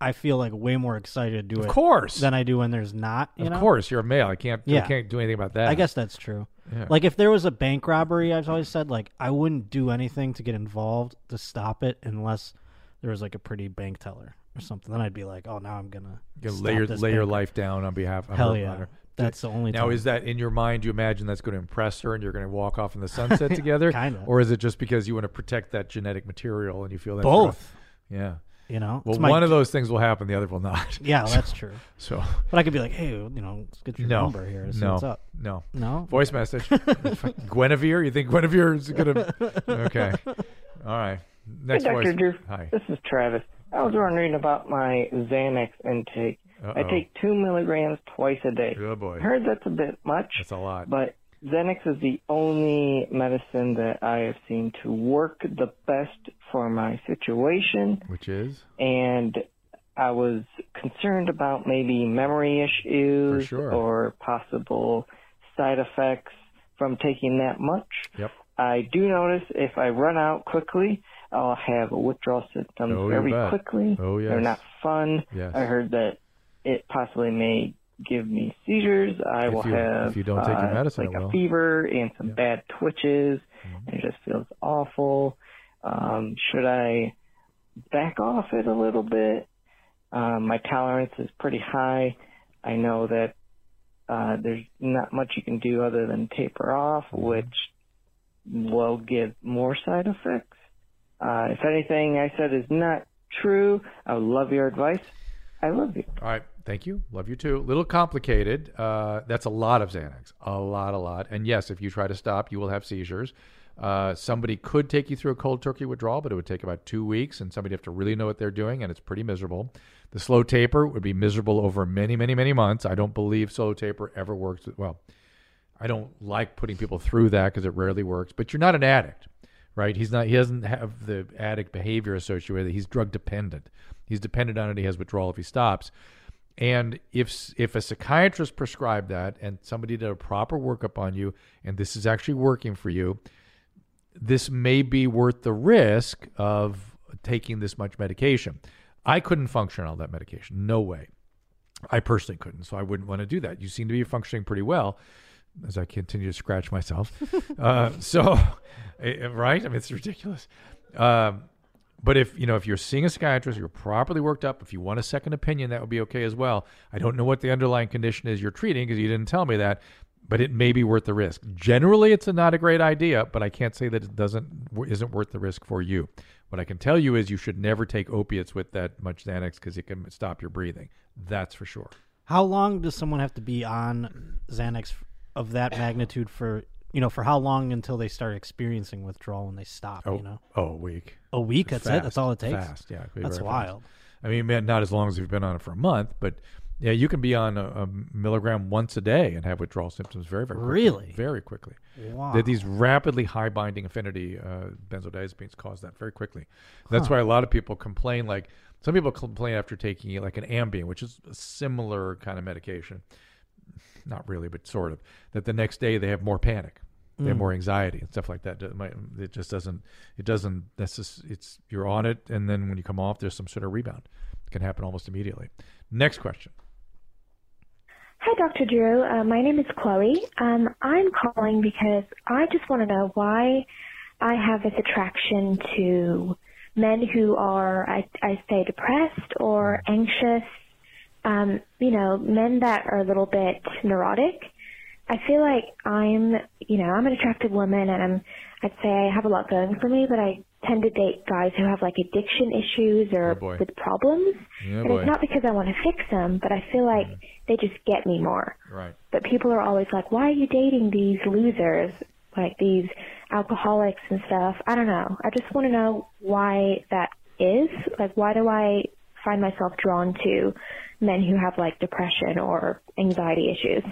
[SPEAKER 3] i feel like way more excited to do
[SPEAKER 2] Of
[SPEAKER 3] it
[SPEAKER 2] course.
[SPEAKER 3] than i do when there's not you
[SPEAKER 2] of
[SPEAKER 3] know?
[SPEAKER 2] course, you're a male. I can't. I
[SPEAKER 3] Yeah.
[SPEAKER 2] can't do anything about that.
[SPEAKER 3] i guess that's true
[SPEAKER 2] Yeah.
[SPEAKER 3] like if there was a bank robbery i've always said like i wouldn't do anything to get involved to stop it unless there was like a pretty bank teller or something then i'd be like oh now i'm gonna
[SPEAKER 2] You
[SPEAKER 3] stop
[SPEAKER 2] lay your
[SPEAKER 3] this
[SPEAKER 2] lay your
[SPEAKER 3] bank-
[SPEAKER 2] life down on behalf. of
[SPEAKER 3] hell
[SPEAKER 2] her-
[SPEAKER 3] yeah
[SPEAKER 2] on her.
[SPEAKER 3] that's the only
[SPEAKER 2] Now,
[SPEAKER 3] time.
[SPEAKER 2] is that in your mind? You imagine that's going to impress her, and you're going to walk off in
[SPEAKER 3] *laughs*
[SPEAKER 2] the sunset together,
[SPEAKER 3] Kinda.
[SPEAKER 2] or is it just because you want to protect that genetic material and you feel that
[SPEAKER 3] both
[SPEAKER 2] Yeah.
[SPEAKER 3] you know
[SPEAKER 2] Well,
[SPEAKER 3] It's my-
[SPEAKER 2] one of those things will happen; the other will
[SPEAKER 3] *laughs*
[SPEAKER 2] not.
[SPEAKER 3] yeah that's true
[SPEAKER 2] *laughs* So,
[SPEAKER 3] but i could be like hey you know let's get your
[SPEAKER 2] no,
[SPEAKER 3] number here and see
[SPEAKER 2] no,
[SPEAKER 3] what's up
[SPEAKER 2] no.
[SPEAKER 3] no
[SPEAKER 2] Voice
[SPEAKER 3] *laughs*
[SPEAKER 2] message. Fucking Guinevere, you think Guinevere is going to? Okay. All right. Next
[SPEAKER 9] Hey,
[SPEAKER 2] voice.
[SPEAKER 9] Dr. Drew.
[SPEAKER 2] Hi.
[SPEAKER 9] This is Travis. I was wondering about my Xanax intake. I
[SPEAKER 2] Uh-oh.
[SPEAKER 9] take two milligrams twice a day.
[SPEAKER 2] Good boy.
[SPEAKER 9] I heard that's a bit much,
[SPEAKER 2] That's a lot.
[SPEAKER 9] but Xanax is the only medicine that I have seen to work the best for my situation,
[SPEAKER 2] Which is
[SPEAKER 9] and I was concerned about maybe memory issues
[SPEAKER 2] sure.
[SPEAKER 9] or possible side effects from taking that much.
[SPEAKER 2] yep.
[SPEAKER 9] I do notice if I run out quickly, I'll have withdrawal symptoms
[SPEAKER 2] Oh, you
[SPEAKER 9] very
[SPEAKER 2] bet.
[SPEAKER 9] quickly.
[SPEAKER 2] Oh, yes.
[SPEAKER 9] They're not fun.
[SPEAKER 2] Yes.
[SPEAKER 9] I heard that it possibly may give me seizures. I
[SPEAKER 2] If
[SPEAKER 9] will
[SPEAKER 2] you-
[SPEAKER 9] have
[SPEAKER 2] if you don't take your
[SPEAKER 9] uh,
[SPEAKER 2] medicine, it
[SPEAKER 9] like
[SPEAKER 2] will. Mm-hmm.
[SPEAKER 9] a fever and some bad twitches. And it just feels awful. Um, should I back off it a little bit? Um, my tolerance is pretty high. I know that uh, there's not much you can do other than taper off,
[SPEAKER 2] Mm-hmm.
[SPEAKER 9] which will give more side effects. Uh, if anything I said is not true, I would love your advice. I love you.
[SPEAKER 2] All right. Thank you. Love you too. Little complicated. Uh, that's a lot of Xanax. A lot, a lot. And yes, if you try to stop, you will have seizures. Uh, somebody could take you through a cold turkey withdrawal, but it would take about two weeks, and somebody have to really know what they're doing, and it's pretty miserable. The slow taper would be miserable over many, many, many months. I don't believe slow taper ever works. Well, I don't like putting people through that because it rarely works. But you're not an addict, right? He's not. He doesn't have the addict behavior associated with it. He's drug dependent. He's dependent on it. He has withdrawal if he stops. And if s- if a psychiatrist prescribed that, and somebody did a proper workup on you, and this is actually working for you, this may be worth the risk of taking this much medication. I couldn't function on all that medication. No way. I personally couldn't, so I wouldn't want to do that. You seem to be functioning pretty well as I continue to scratch
[SPEAKER 3] *laughs*
[SPEAKER 2] myself. uh, so, *laughs* eh, right? I mean, it's ridiculous. Um, but if you know if you're seeing a psychiatrist, you're properly worked up. If you want a second opinion, that would be okay as well. I don't know what the underlying condition is you're treating because you didn't tell me that, but it may be worth the risk. Generally, it's a not a great idea, but I can't say that it doesn't isn't worth the risk for you. What I can tell you is you should never take opiates with that much Xanax because it can stop your breathing. That's for sure.
[SPEAKER 3] How long does someone have to be on Xanax of that magnitude for you know for how long until they start experiencing withdrawal and they stop?
[SPEAKER 2] Oh,
[SPEAKER 3] You know,
[SPEAKER 2] oh, a week.
[SPEAKER 3] a week. That's it. That's all it takes.
[SPEAKER 2] Fast, yeah. it could be
[SPEAKER 3] That's
[SPEAKER 2] very fast.
[SPEAKER 3] wild.
[SPEAKER 2] I mean, man, not as long as you've been on it for a month, but yeah, you can be on a, a milligram once a day and have withdrawal symptoms very, very quickly.
[SPEAKER 3] Really?
[SPEAKER 2] Very quickly.
[SPEAKER 3] Wow.
[SPEAKER 2] That these rapidly high binding affinity uh, benzodiazepines cause that very quickly. That's why a lot of people complain. Like some people complain after taking like an Ambien, which is a similar kind of medication, not really, but sort of. That the next day they have more panic, they have more anxiety and stuff like that. It might- It just doesn't. It doesn't. That's just. It's you're on it, and then when you come off, there's some sort of rebound. It can happen almost immediately. Next question.
[SPEAKER 10] Hi, Dr. Drew. Uh, my name is Chloe. Um, I'm calling because I just want to know why I have this attraction to men who are, I, I say, depressed or anxious. Um, you know, men that are a little bit neurotic. I feel like I'm, you know, I'm an attractive woman, and I'm, I'd say I have a lot going for me, but I tend to date guys who have like addiction issues or
[SPEAKER 11] Oh, boy.
[SPEAKER 10] with problems.
[SPEAKER 11] Yeah,
[SPEAKER 10] and
[SPEAKER 11] boy. Mm.
[SPEAKER 10] it's not because I want to fix them, but I feel like they just get me more.
[SPEAKER 2] Right.
[SPEAKER 10] But people are always like, why are you dating these losers, like these alcoholics and stuff? I don't know. I just want to know why that is. Like, why do I find myself drawn to men who have like depression or anxiety issues?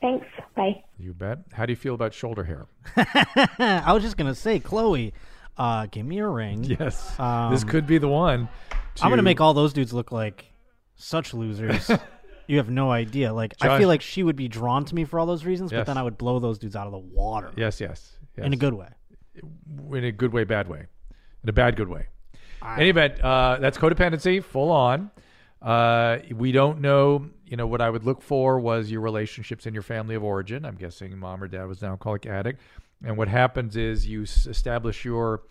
[SPEAKER 10] Thanks. Bye.
[SPEAKER 2] You bet. How do you feel about shoulder hair?
[SPEAKER 3] I was just gonna say, Chloe, uh, give me a ring.
[SPEAKER 2] Yes, this could be the one.
[SPEAKER 3] Um, I'm gonna
[SPEAKER 2] to-
[SPEAKER 3] make all those dudes look like such losers.
[SPEAKER 2] *laughs*
[SPEAKER 3] you have no idea. Like I
[SPEAKER 2] Josh-
[SPEAKER 3] feel like she would be drawn to me for all those reasons,
[SPEAKER 2] Yes.
[SPEAKER 3] but then I would blow those dudes out of the water.
[SPEAKER 2] Yes, yes, yes.
[SPEAKER 3] in a good way.
[SPEAKER 2] In a good way, bad way. In a bad, good way. Any event, uh, that's codependency, full on. Uh, we don't know, you know, what I would look for was your relationships in your family of origin. I'm guessing mom or dad was an alcoholic addict. And what happens is you s- establish your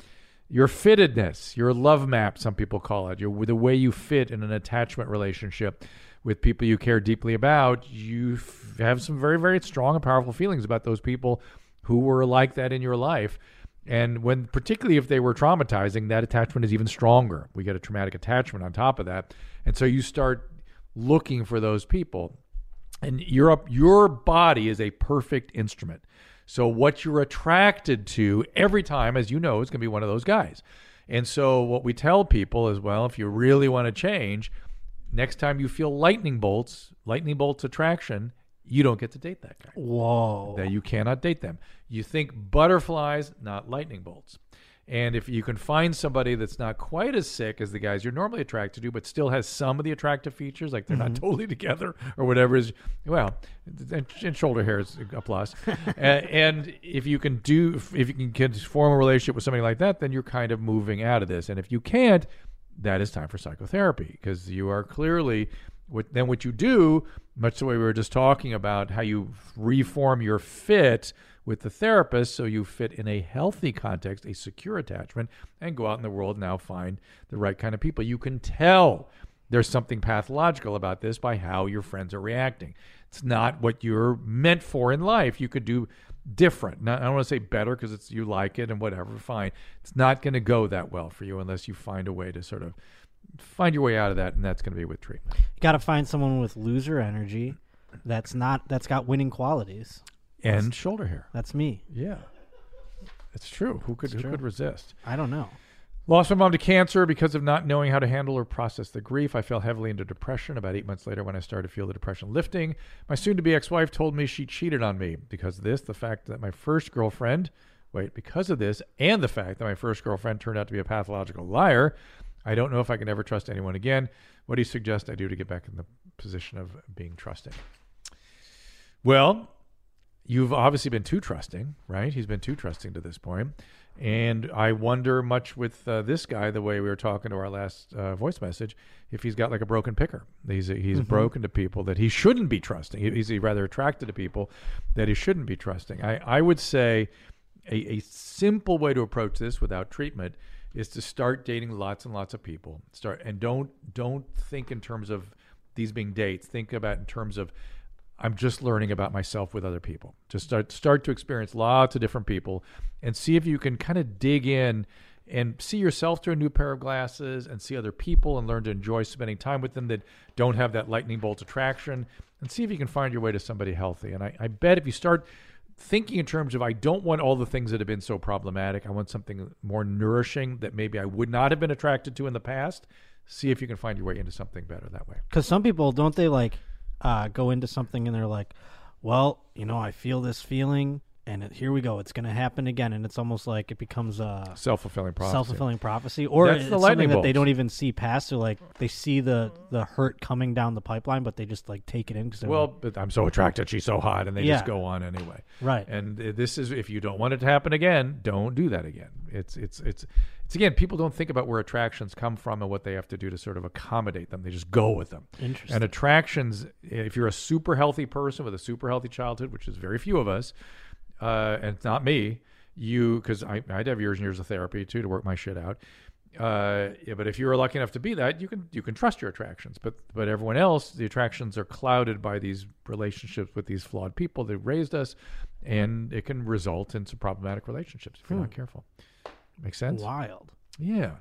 [SPEAKER 2] your fittedness, your love map, some people call it, your, the way you fit in an attachment relationship with people you care deeply about, you f- have some very, very strong and powerful feelings about those people who were like that in your life. And when, particularly if they were traumatizing, that attachment is even stronger. We get a traumatic attachment on top of that. And so you start looking for those people. And your your body is a perfect instrument. So what you're attracted to every time, as you know, is going to be one of those guys. And so what we tell people is, well, if you really want to change, next time you feel lightning bolts, lightning bolts attraction, you don't get to date that guy.
[SPEAKER 3] Whoa.
[SPEAKER 2] That you cannot date them. You think butterflies, not lightning bolts. And if you can find somebody that's not quite as sick as the guys you're normally attracted to, but still has some of the attractive features, like they're not
[SPEAKER 1] Mhm.
[SPEAKER 2] totally together or whatever is, well, and, and shoulder hair is a plus. uh, and if you can do, if you can- can form a relationship with somebody like that, then you're kind of moving out of this. And if you can't, that is time for psychotherapy because you are clearly what then what you do much the way we were just talking about how you reform your fit with the therapist so you fit in a healthy context a secure attachment and go out in the world now find the right kind of people you can tell there's something pathological about this by how your friends are reacting it's not what you're meant for in life you could do different. Not, I don't want to say better because it's you like it and whatever. Fine. It's not going to go that well for you unless you find a way to sort of find your way out of that, and that's going to be with treatment.
[SPEAKER 3] You got to find someone with loser energy. That's not. That's got winning qualities.
[SPEAKER 2] And shoulder hair.
[SPEAKER 3] That's me.
[SPEAKER 2] Yeah, it's true. Who could
[SPEAKER 3] It's
[SPEAKER 2] who
[SPEAKER 3] true.
[SPEAKER 2] could resist?
[SPEAKER 3] I don't know.
[SPEAKER 2] Lost my mom to cancer because of not knowing how to handle or process the grief. I fell heavily into depression about eight months later when I started to feel the depression lifting. My soon to be ex wife told me she cheated on me because of this, the fact that my first girlfriend, wait, because of this, and the fact that my first girlfriend turned out to be a pathological liar. I don't know if I can ever trust anyone again. What do you suggest I do to get back in the position of being trusting? Well, you've obviously been too trusting, right? He's been too trusting to this point. And I wonder much with uh, this guy, the way we were talking to our last uh, voice message, if he's got like a broken picker. He's, he's
[SPEAKER 1] Mhm.
[SPEAKER 2] broken to people that he shouldn't be trusting. He- He's rather attracted to people that he shouldn't be trusting. I, I would say a, a simple way to approach this without treatment is to start dating lots and lots of people. Start and don't don't think in terms of these being dates. Think about in terms of I'm just learning about myself with other people. Just start start to experience lots of different people and see if you can kind of dig in and see yourself through a new pair of glasses and see other people and learn to enjoy spending time with them that don't have that lightning bolt attraction and see if you can find your way to somebody healthy. And I, I bet if you start thinking in terms of I don't want all the things that have been so problematic. I want something more nourishing that maybe I would not have been attracted to in the past. See if you can find your way into something better that way.
[SPEAKER 3] Because some people don't they like uh, go into something and they're like, well, you know, I feel this feeling, and it, here we go. It's going to happen again, and it's almost like it becomes a
[SPEAKER 2] Self-fulfilling prophecy.
[SPEAKER 3] Self-fulfilling prophecy, or
[SPEAKER 2] That's the
[SPEAKER 3] it's something
[SPEAKER 2] lightning
[SPEAKER 3] that they
[SPEAKER 2] bolt.
[SPEAKER 3] don't even see past. They're like they see the the hurt coming down the pipeline, but they just like take it in. Cause they're
[SPEAKER 2] Well,
[SPEAKER 3] like,
[SPEAKER 2] but I'm so attracted. She's so hot, and they just
[SPEAKER 3] Yeah.
[SPEAKER 2] go on anyway.
[SPEAKER 3] Right.
[SPEAKER 2] And uh, this is if you don't want it to happen again, don't do that again. It's it's it's it's again. People don't think about where attractions come from and what they have to do to sort of accommodate them. They just go with them.
[SPEAKER 3] Interesting.
[SPEAKER 2] And attractions. If you're a super healthy person with a super healthy childhood, which is very few of us, uh, and it's not me, you because I I'd have years and years of therapy too to work my shit out. Uh, yeah, but if you were lucky enough to be that, you can you can trust your attractions. But but everyone else, the attractions are clouded by these relationships with these flawed people that raised us, and it can result in some problematic relationships if you're not
[SPEAKER 3] Hmm.
[SPEAKER 2] careful. Make sense?
[SPEAKER 3] Wild.
[SPEAKER 2] Yeah,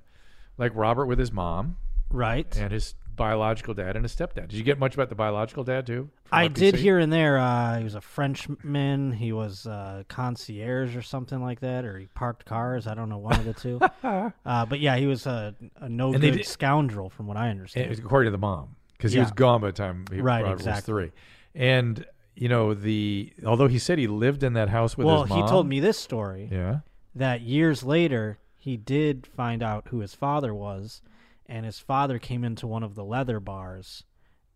[SPEAKER 2] like Robert with his mom,
[SPEAKER 3] right,
[SPEAKER 2] and his biological dad and his stepdad. Did you get much about the biological dad too? from
[SPEAKER 3] I
[SPEAKER 2] RPC?
[SPEAKER 3] did here and there. Uh, he was a Frenchman. He was uh, concierge or something like that, or he parked cars. I don't know one of the
[SPEAKER 2] *laughs*
[SPEAKER 3] two. uh, but yeah, he was a, a no
[SPEAKER 2] And they
[SPEAKER 3] good
[SPEAKER 2] did-
[SPEAKER 3] scoundrel, from what I understand.
[SPEAKER 2] It was according to the mom, because he
[SPEAKER 3] Yeah.
[SPEAKER 2] was gone by the time he
[SPEAKER 3] Right,
[SPEAKER 2] Robert
[SPEAKER 3] exactly.
[SPEAKER 2] was three. And you know the although he said he lived in that house with
[SPEAKER 3] well,
[SPEAKER 2] his mom.
[SPEAKER 3] he told me this story.
[SPEAKER 2] Yeah.
[SPEAKER 3] That years later, he did find out who his father was, and his father came into one of the leather bars,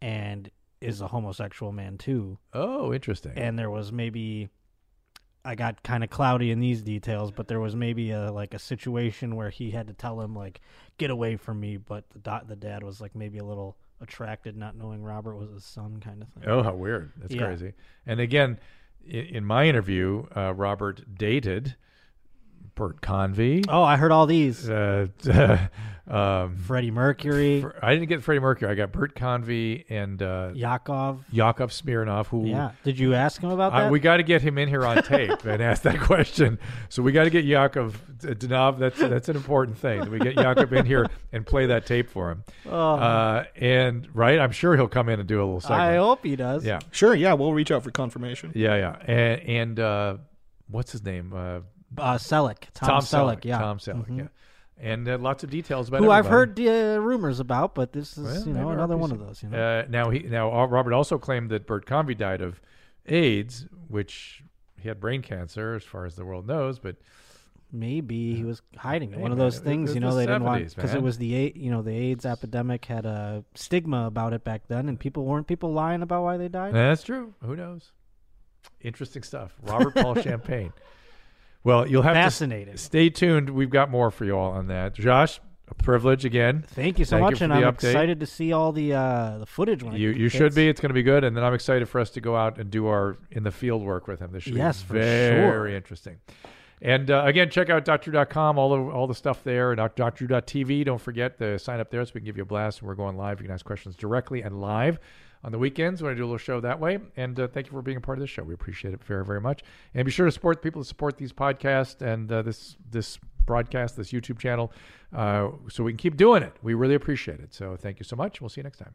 [SPEAKER 3] and is a homosexual man too.
[SPEAKER 2] Oh, interesting.
[SPEAKER 3] And there was maybe. I got kind of cloudy in these details, but there was maybe a like a situation where he had to tell him like get away from me, but the dot the dad was like maybe a little attracted, not knowing Robert was his son, kind of thing.
[SPEAKER 2] Oh, how weird! That's
[SPEAKER 3] Yeah.
[SPEAKER 2] crazy. And again, i- in my interview, uh, Robert dated Bert Convey.
[SPEAKER 3] Oh, I heard all these.
[SPEAKER 2] *laughs* Uh, um,
[SPEAKER 3] Freddie Mercury.
[SPEAKER 2] Fr- I didn't get Freddie Mercury. I got Bert Convey and uh,
[SPEAKER 3] Yakov.
[SPEAKER 2] Yakov Smirnov. Who?
[SPEAKER 3] Yeah. Did you ask him about
[SPEAKER 2] I-
[SPEAKER 3] that?
[SPEAKER 2] Uh, we got to get him in here
[SPEAKER 3] *laughs*
[SPEAKER 2] on tape and ask that question. So we got to get Yakov D- Danov. That's that's an important thing. that We get Yakov in here and play that tape for him.
[SPEAKER 3] *laughs* Oh.
[SPEAKER 2] Uh, and right, I'm sure he'll come in and do a little segment.
[SPEAKER 3] I hope he does.
[SPEAKER 2] Yeah.
[SPEAKER 4] Sure, yeah, we'll reach out for confirmation.
[SPEAKER 2] Yeah, yeah. And, and uh, what's his name? Uh,
[SPEAKER 3] Uh, Selleck. Tom Selleck, yeah.
[SPEAKER 2] Tom Selleck,
[SPEAKER 3] Mhm.
[SPEAKER 2] yeah. And uh, lots of details about
[SPEAKER 3] Who I've
[SPEAKER 2] everybody.
[SPEAKER 3] heard uh, rumors about, but this is
[SPEAKER 2] Well,
[SPEAKER 3] you know
[SPEAKER 2] maybe
[SPEAKER 3] another
[SPEAKER 2] RPC.
[SPEAKER 3] one of those. You know.
[SPEAKER 2] Uh, now he now uh, Robert also claimed that Bert Convey died of AIDS, which he had brain cancer, as far as the world knows. But
[SPEAKER 3] Maybe he was hiding it.
[SPEAKER 2] Hey,
[SPEAKER 3] One of
[SPEAKER 2] man,
[SPEAKER 3] those
[SPEAKER 2] it-
[SPEAKER 3] things,
[SPEAKER 2] it's
[SPEAKER 3] you
[SPEAKER 2] the
[SPEAKER 3] know, they didn't want
[SPEAKER 2] 70s,
[SPEAKER 3] because it
[SPEAKER 2] man.
[SPEAKER 3] was the A- you know the AIDS epidemic had a stigma about it back then, and people weren't people lying about why they died.
[SPEAKER 2] that's true. Who knows? Interesting stuff. Robert
[SPEAKER 3] *laughs*
[SPEAKER 2] Paul Champagne. Well, you'll have to
[SPEAKER 3] Fascinating.
[SPEAKER 2] s- stay tuned. We've got more for you all on that. Josh, a privilege again.
[SPEAKER 3] Thank you so much,
[SPEAKER 2] for
[SPEAKER 3] and
[SPEAKER 2] the
[SPEAKER 3] I'm
[SPEAKER 2] update.
[SPEAKER 3] excited to see all the uh, the footage. When it
[SPEAKER 2] You you should
[SPEAKER 3] hits.
[SPEAKER 2] be. It's going to be good, and then I'm excited for us to go out and do our in the field work with him. This should
[SPEAKER 3] Yes,
[SPEAKER 2] be
[SPEAKER 3] for
[SPEAKER 2] very
[SPEAKER 3] sure.
[SPEAKER 2] interesting. And uh, again, check out drdrew.com, all the, all the stuff there, and drdrew.tv. Don't forget to sign up there so we can give you a blast. We're going live. You can ask questions directly and live on the weekends when I do a little show that way. And uh, thank you for being a part of this show. We appreciate it very, very much. And be sure to support the people that support these podcasts and uh, this this broadcast, this YouTube channel, uh, so we can keep doing it. We really appreciate it. So thank you so much. We'll see you next time.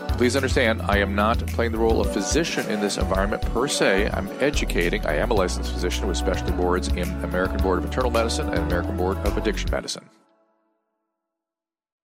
[SPEAKER 1] Please understand, I am not playing the role of physician in this environment per se. I'm educating. I am a licensed physician with specialty boards in American Board of Internal Medicine and American Board of Addiction Medicine.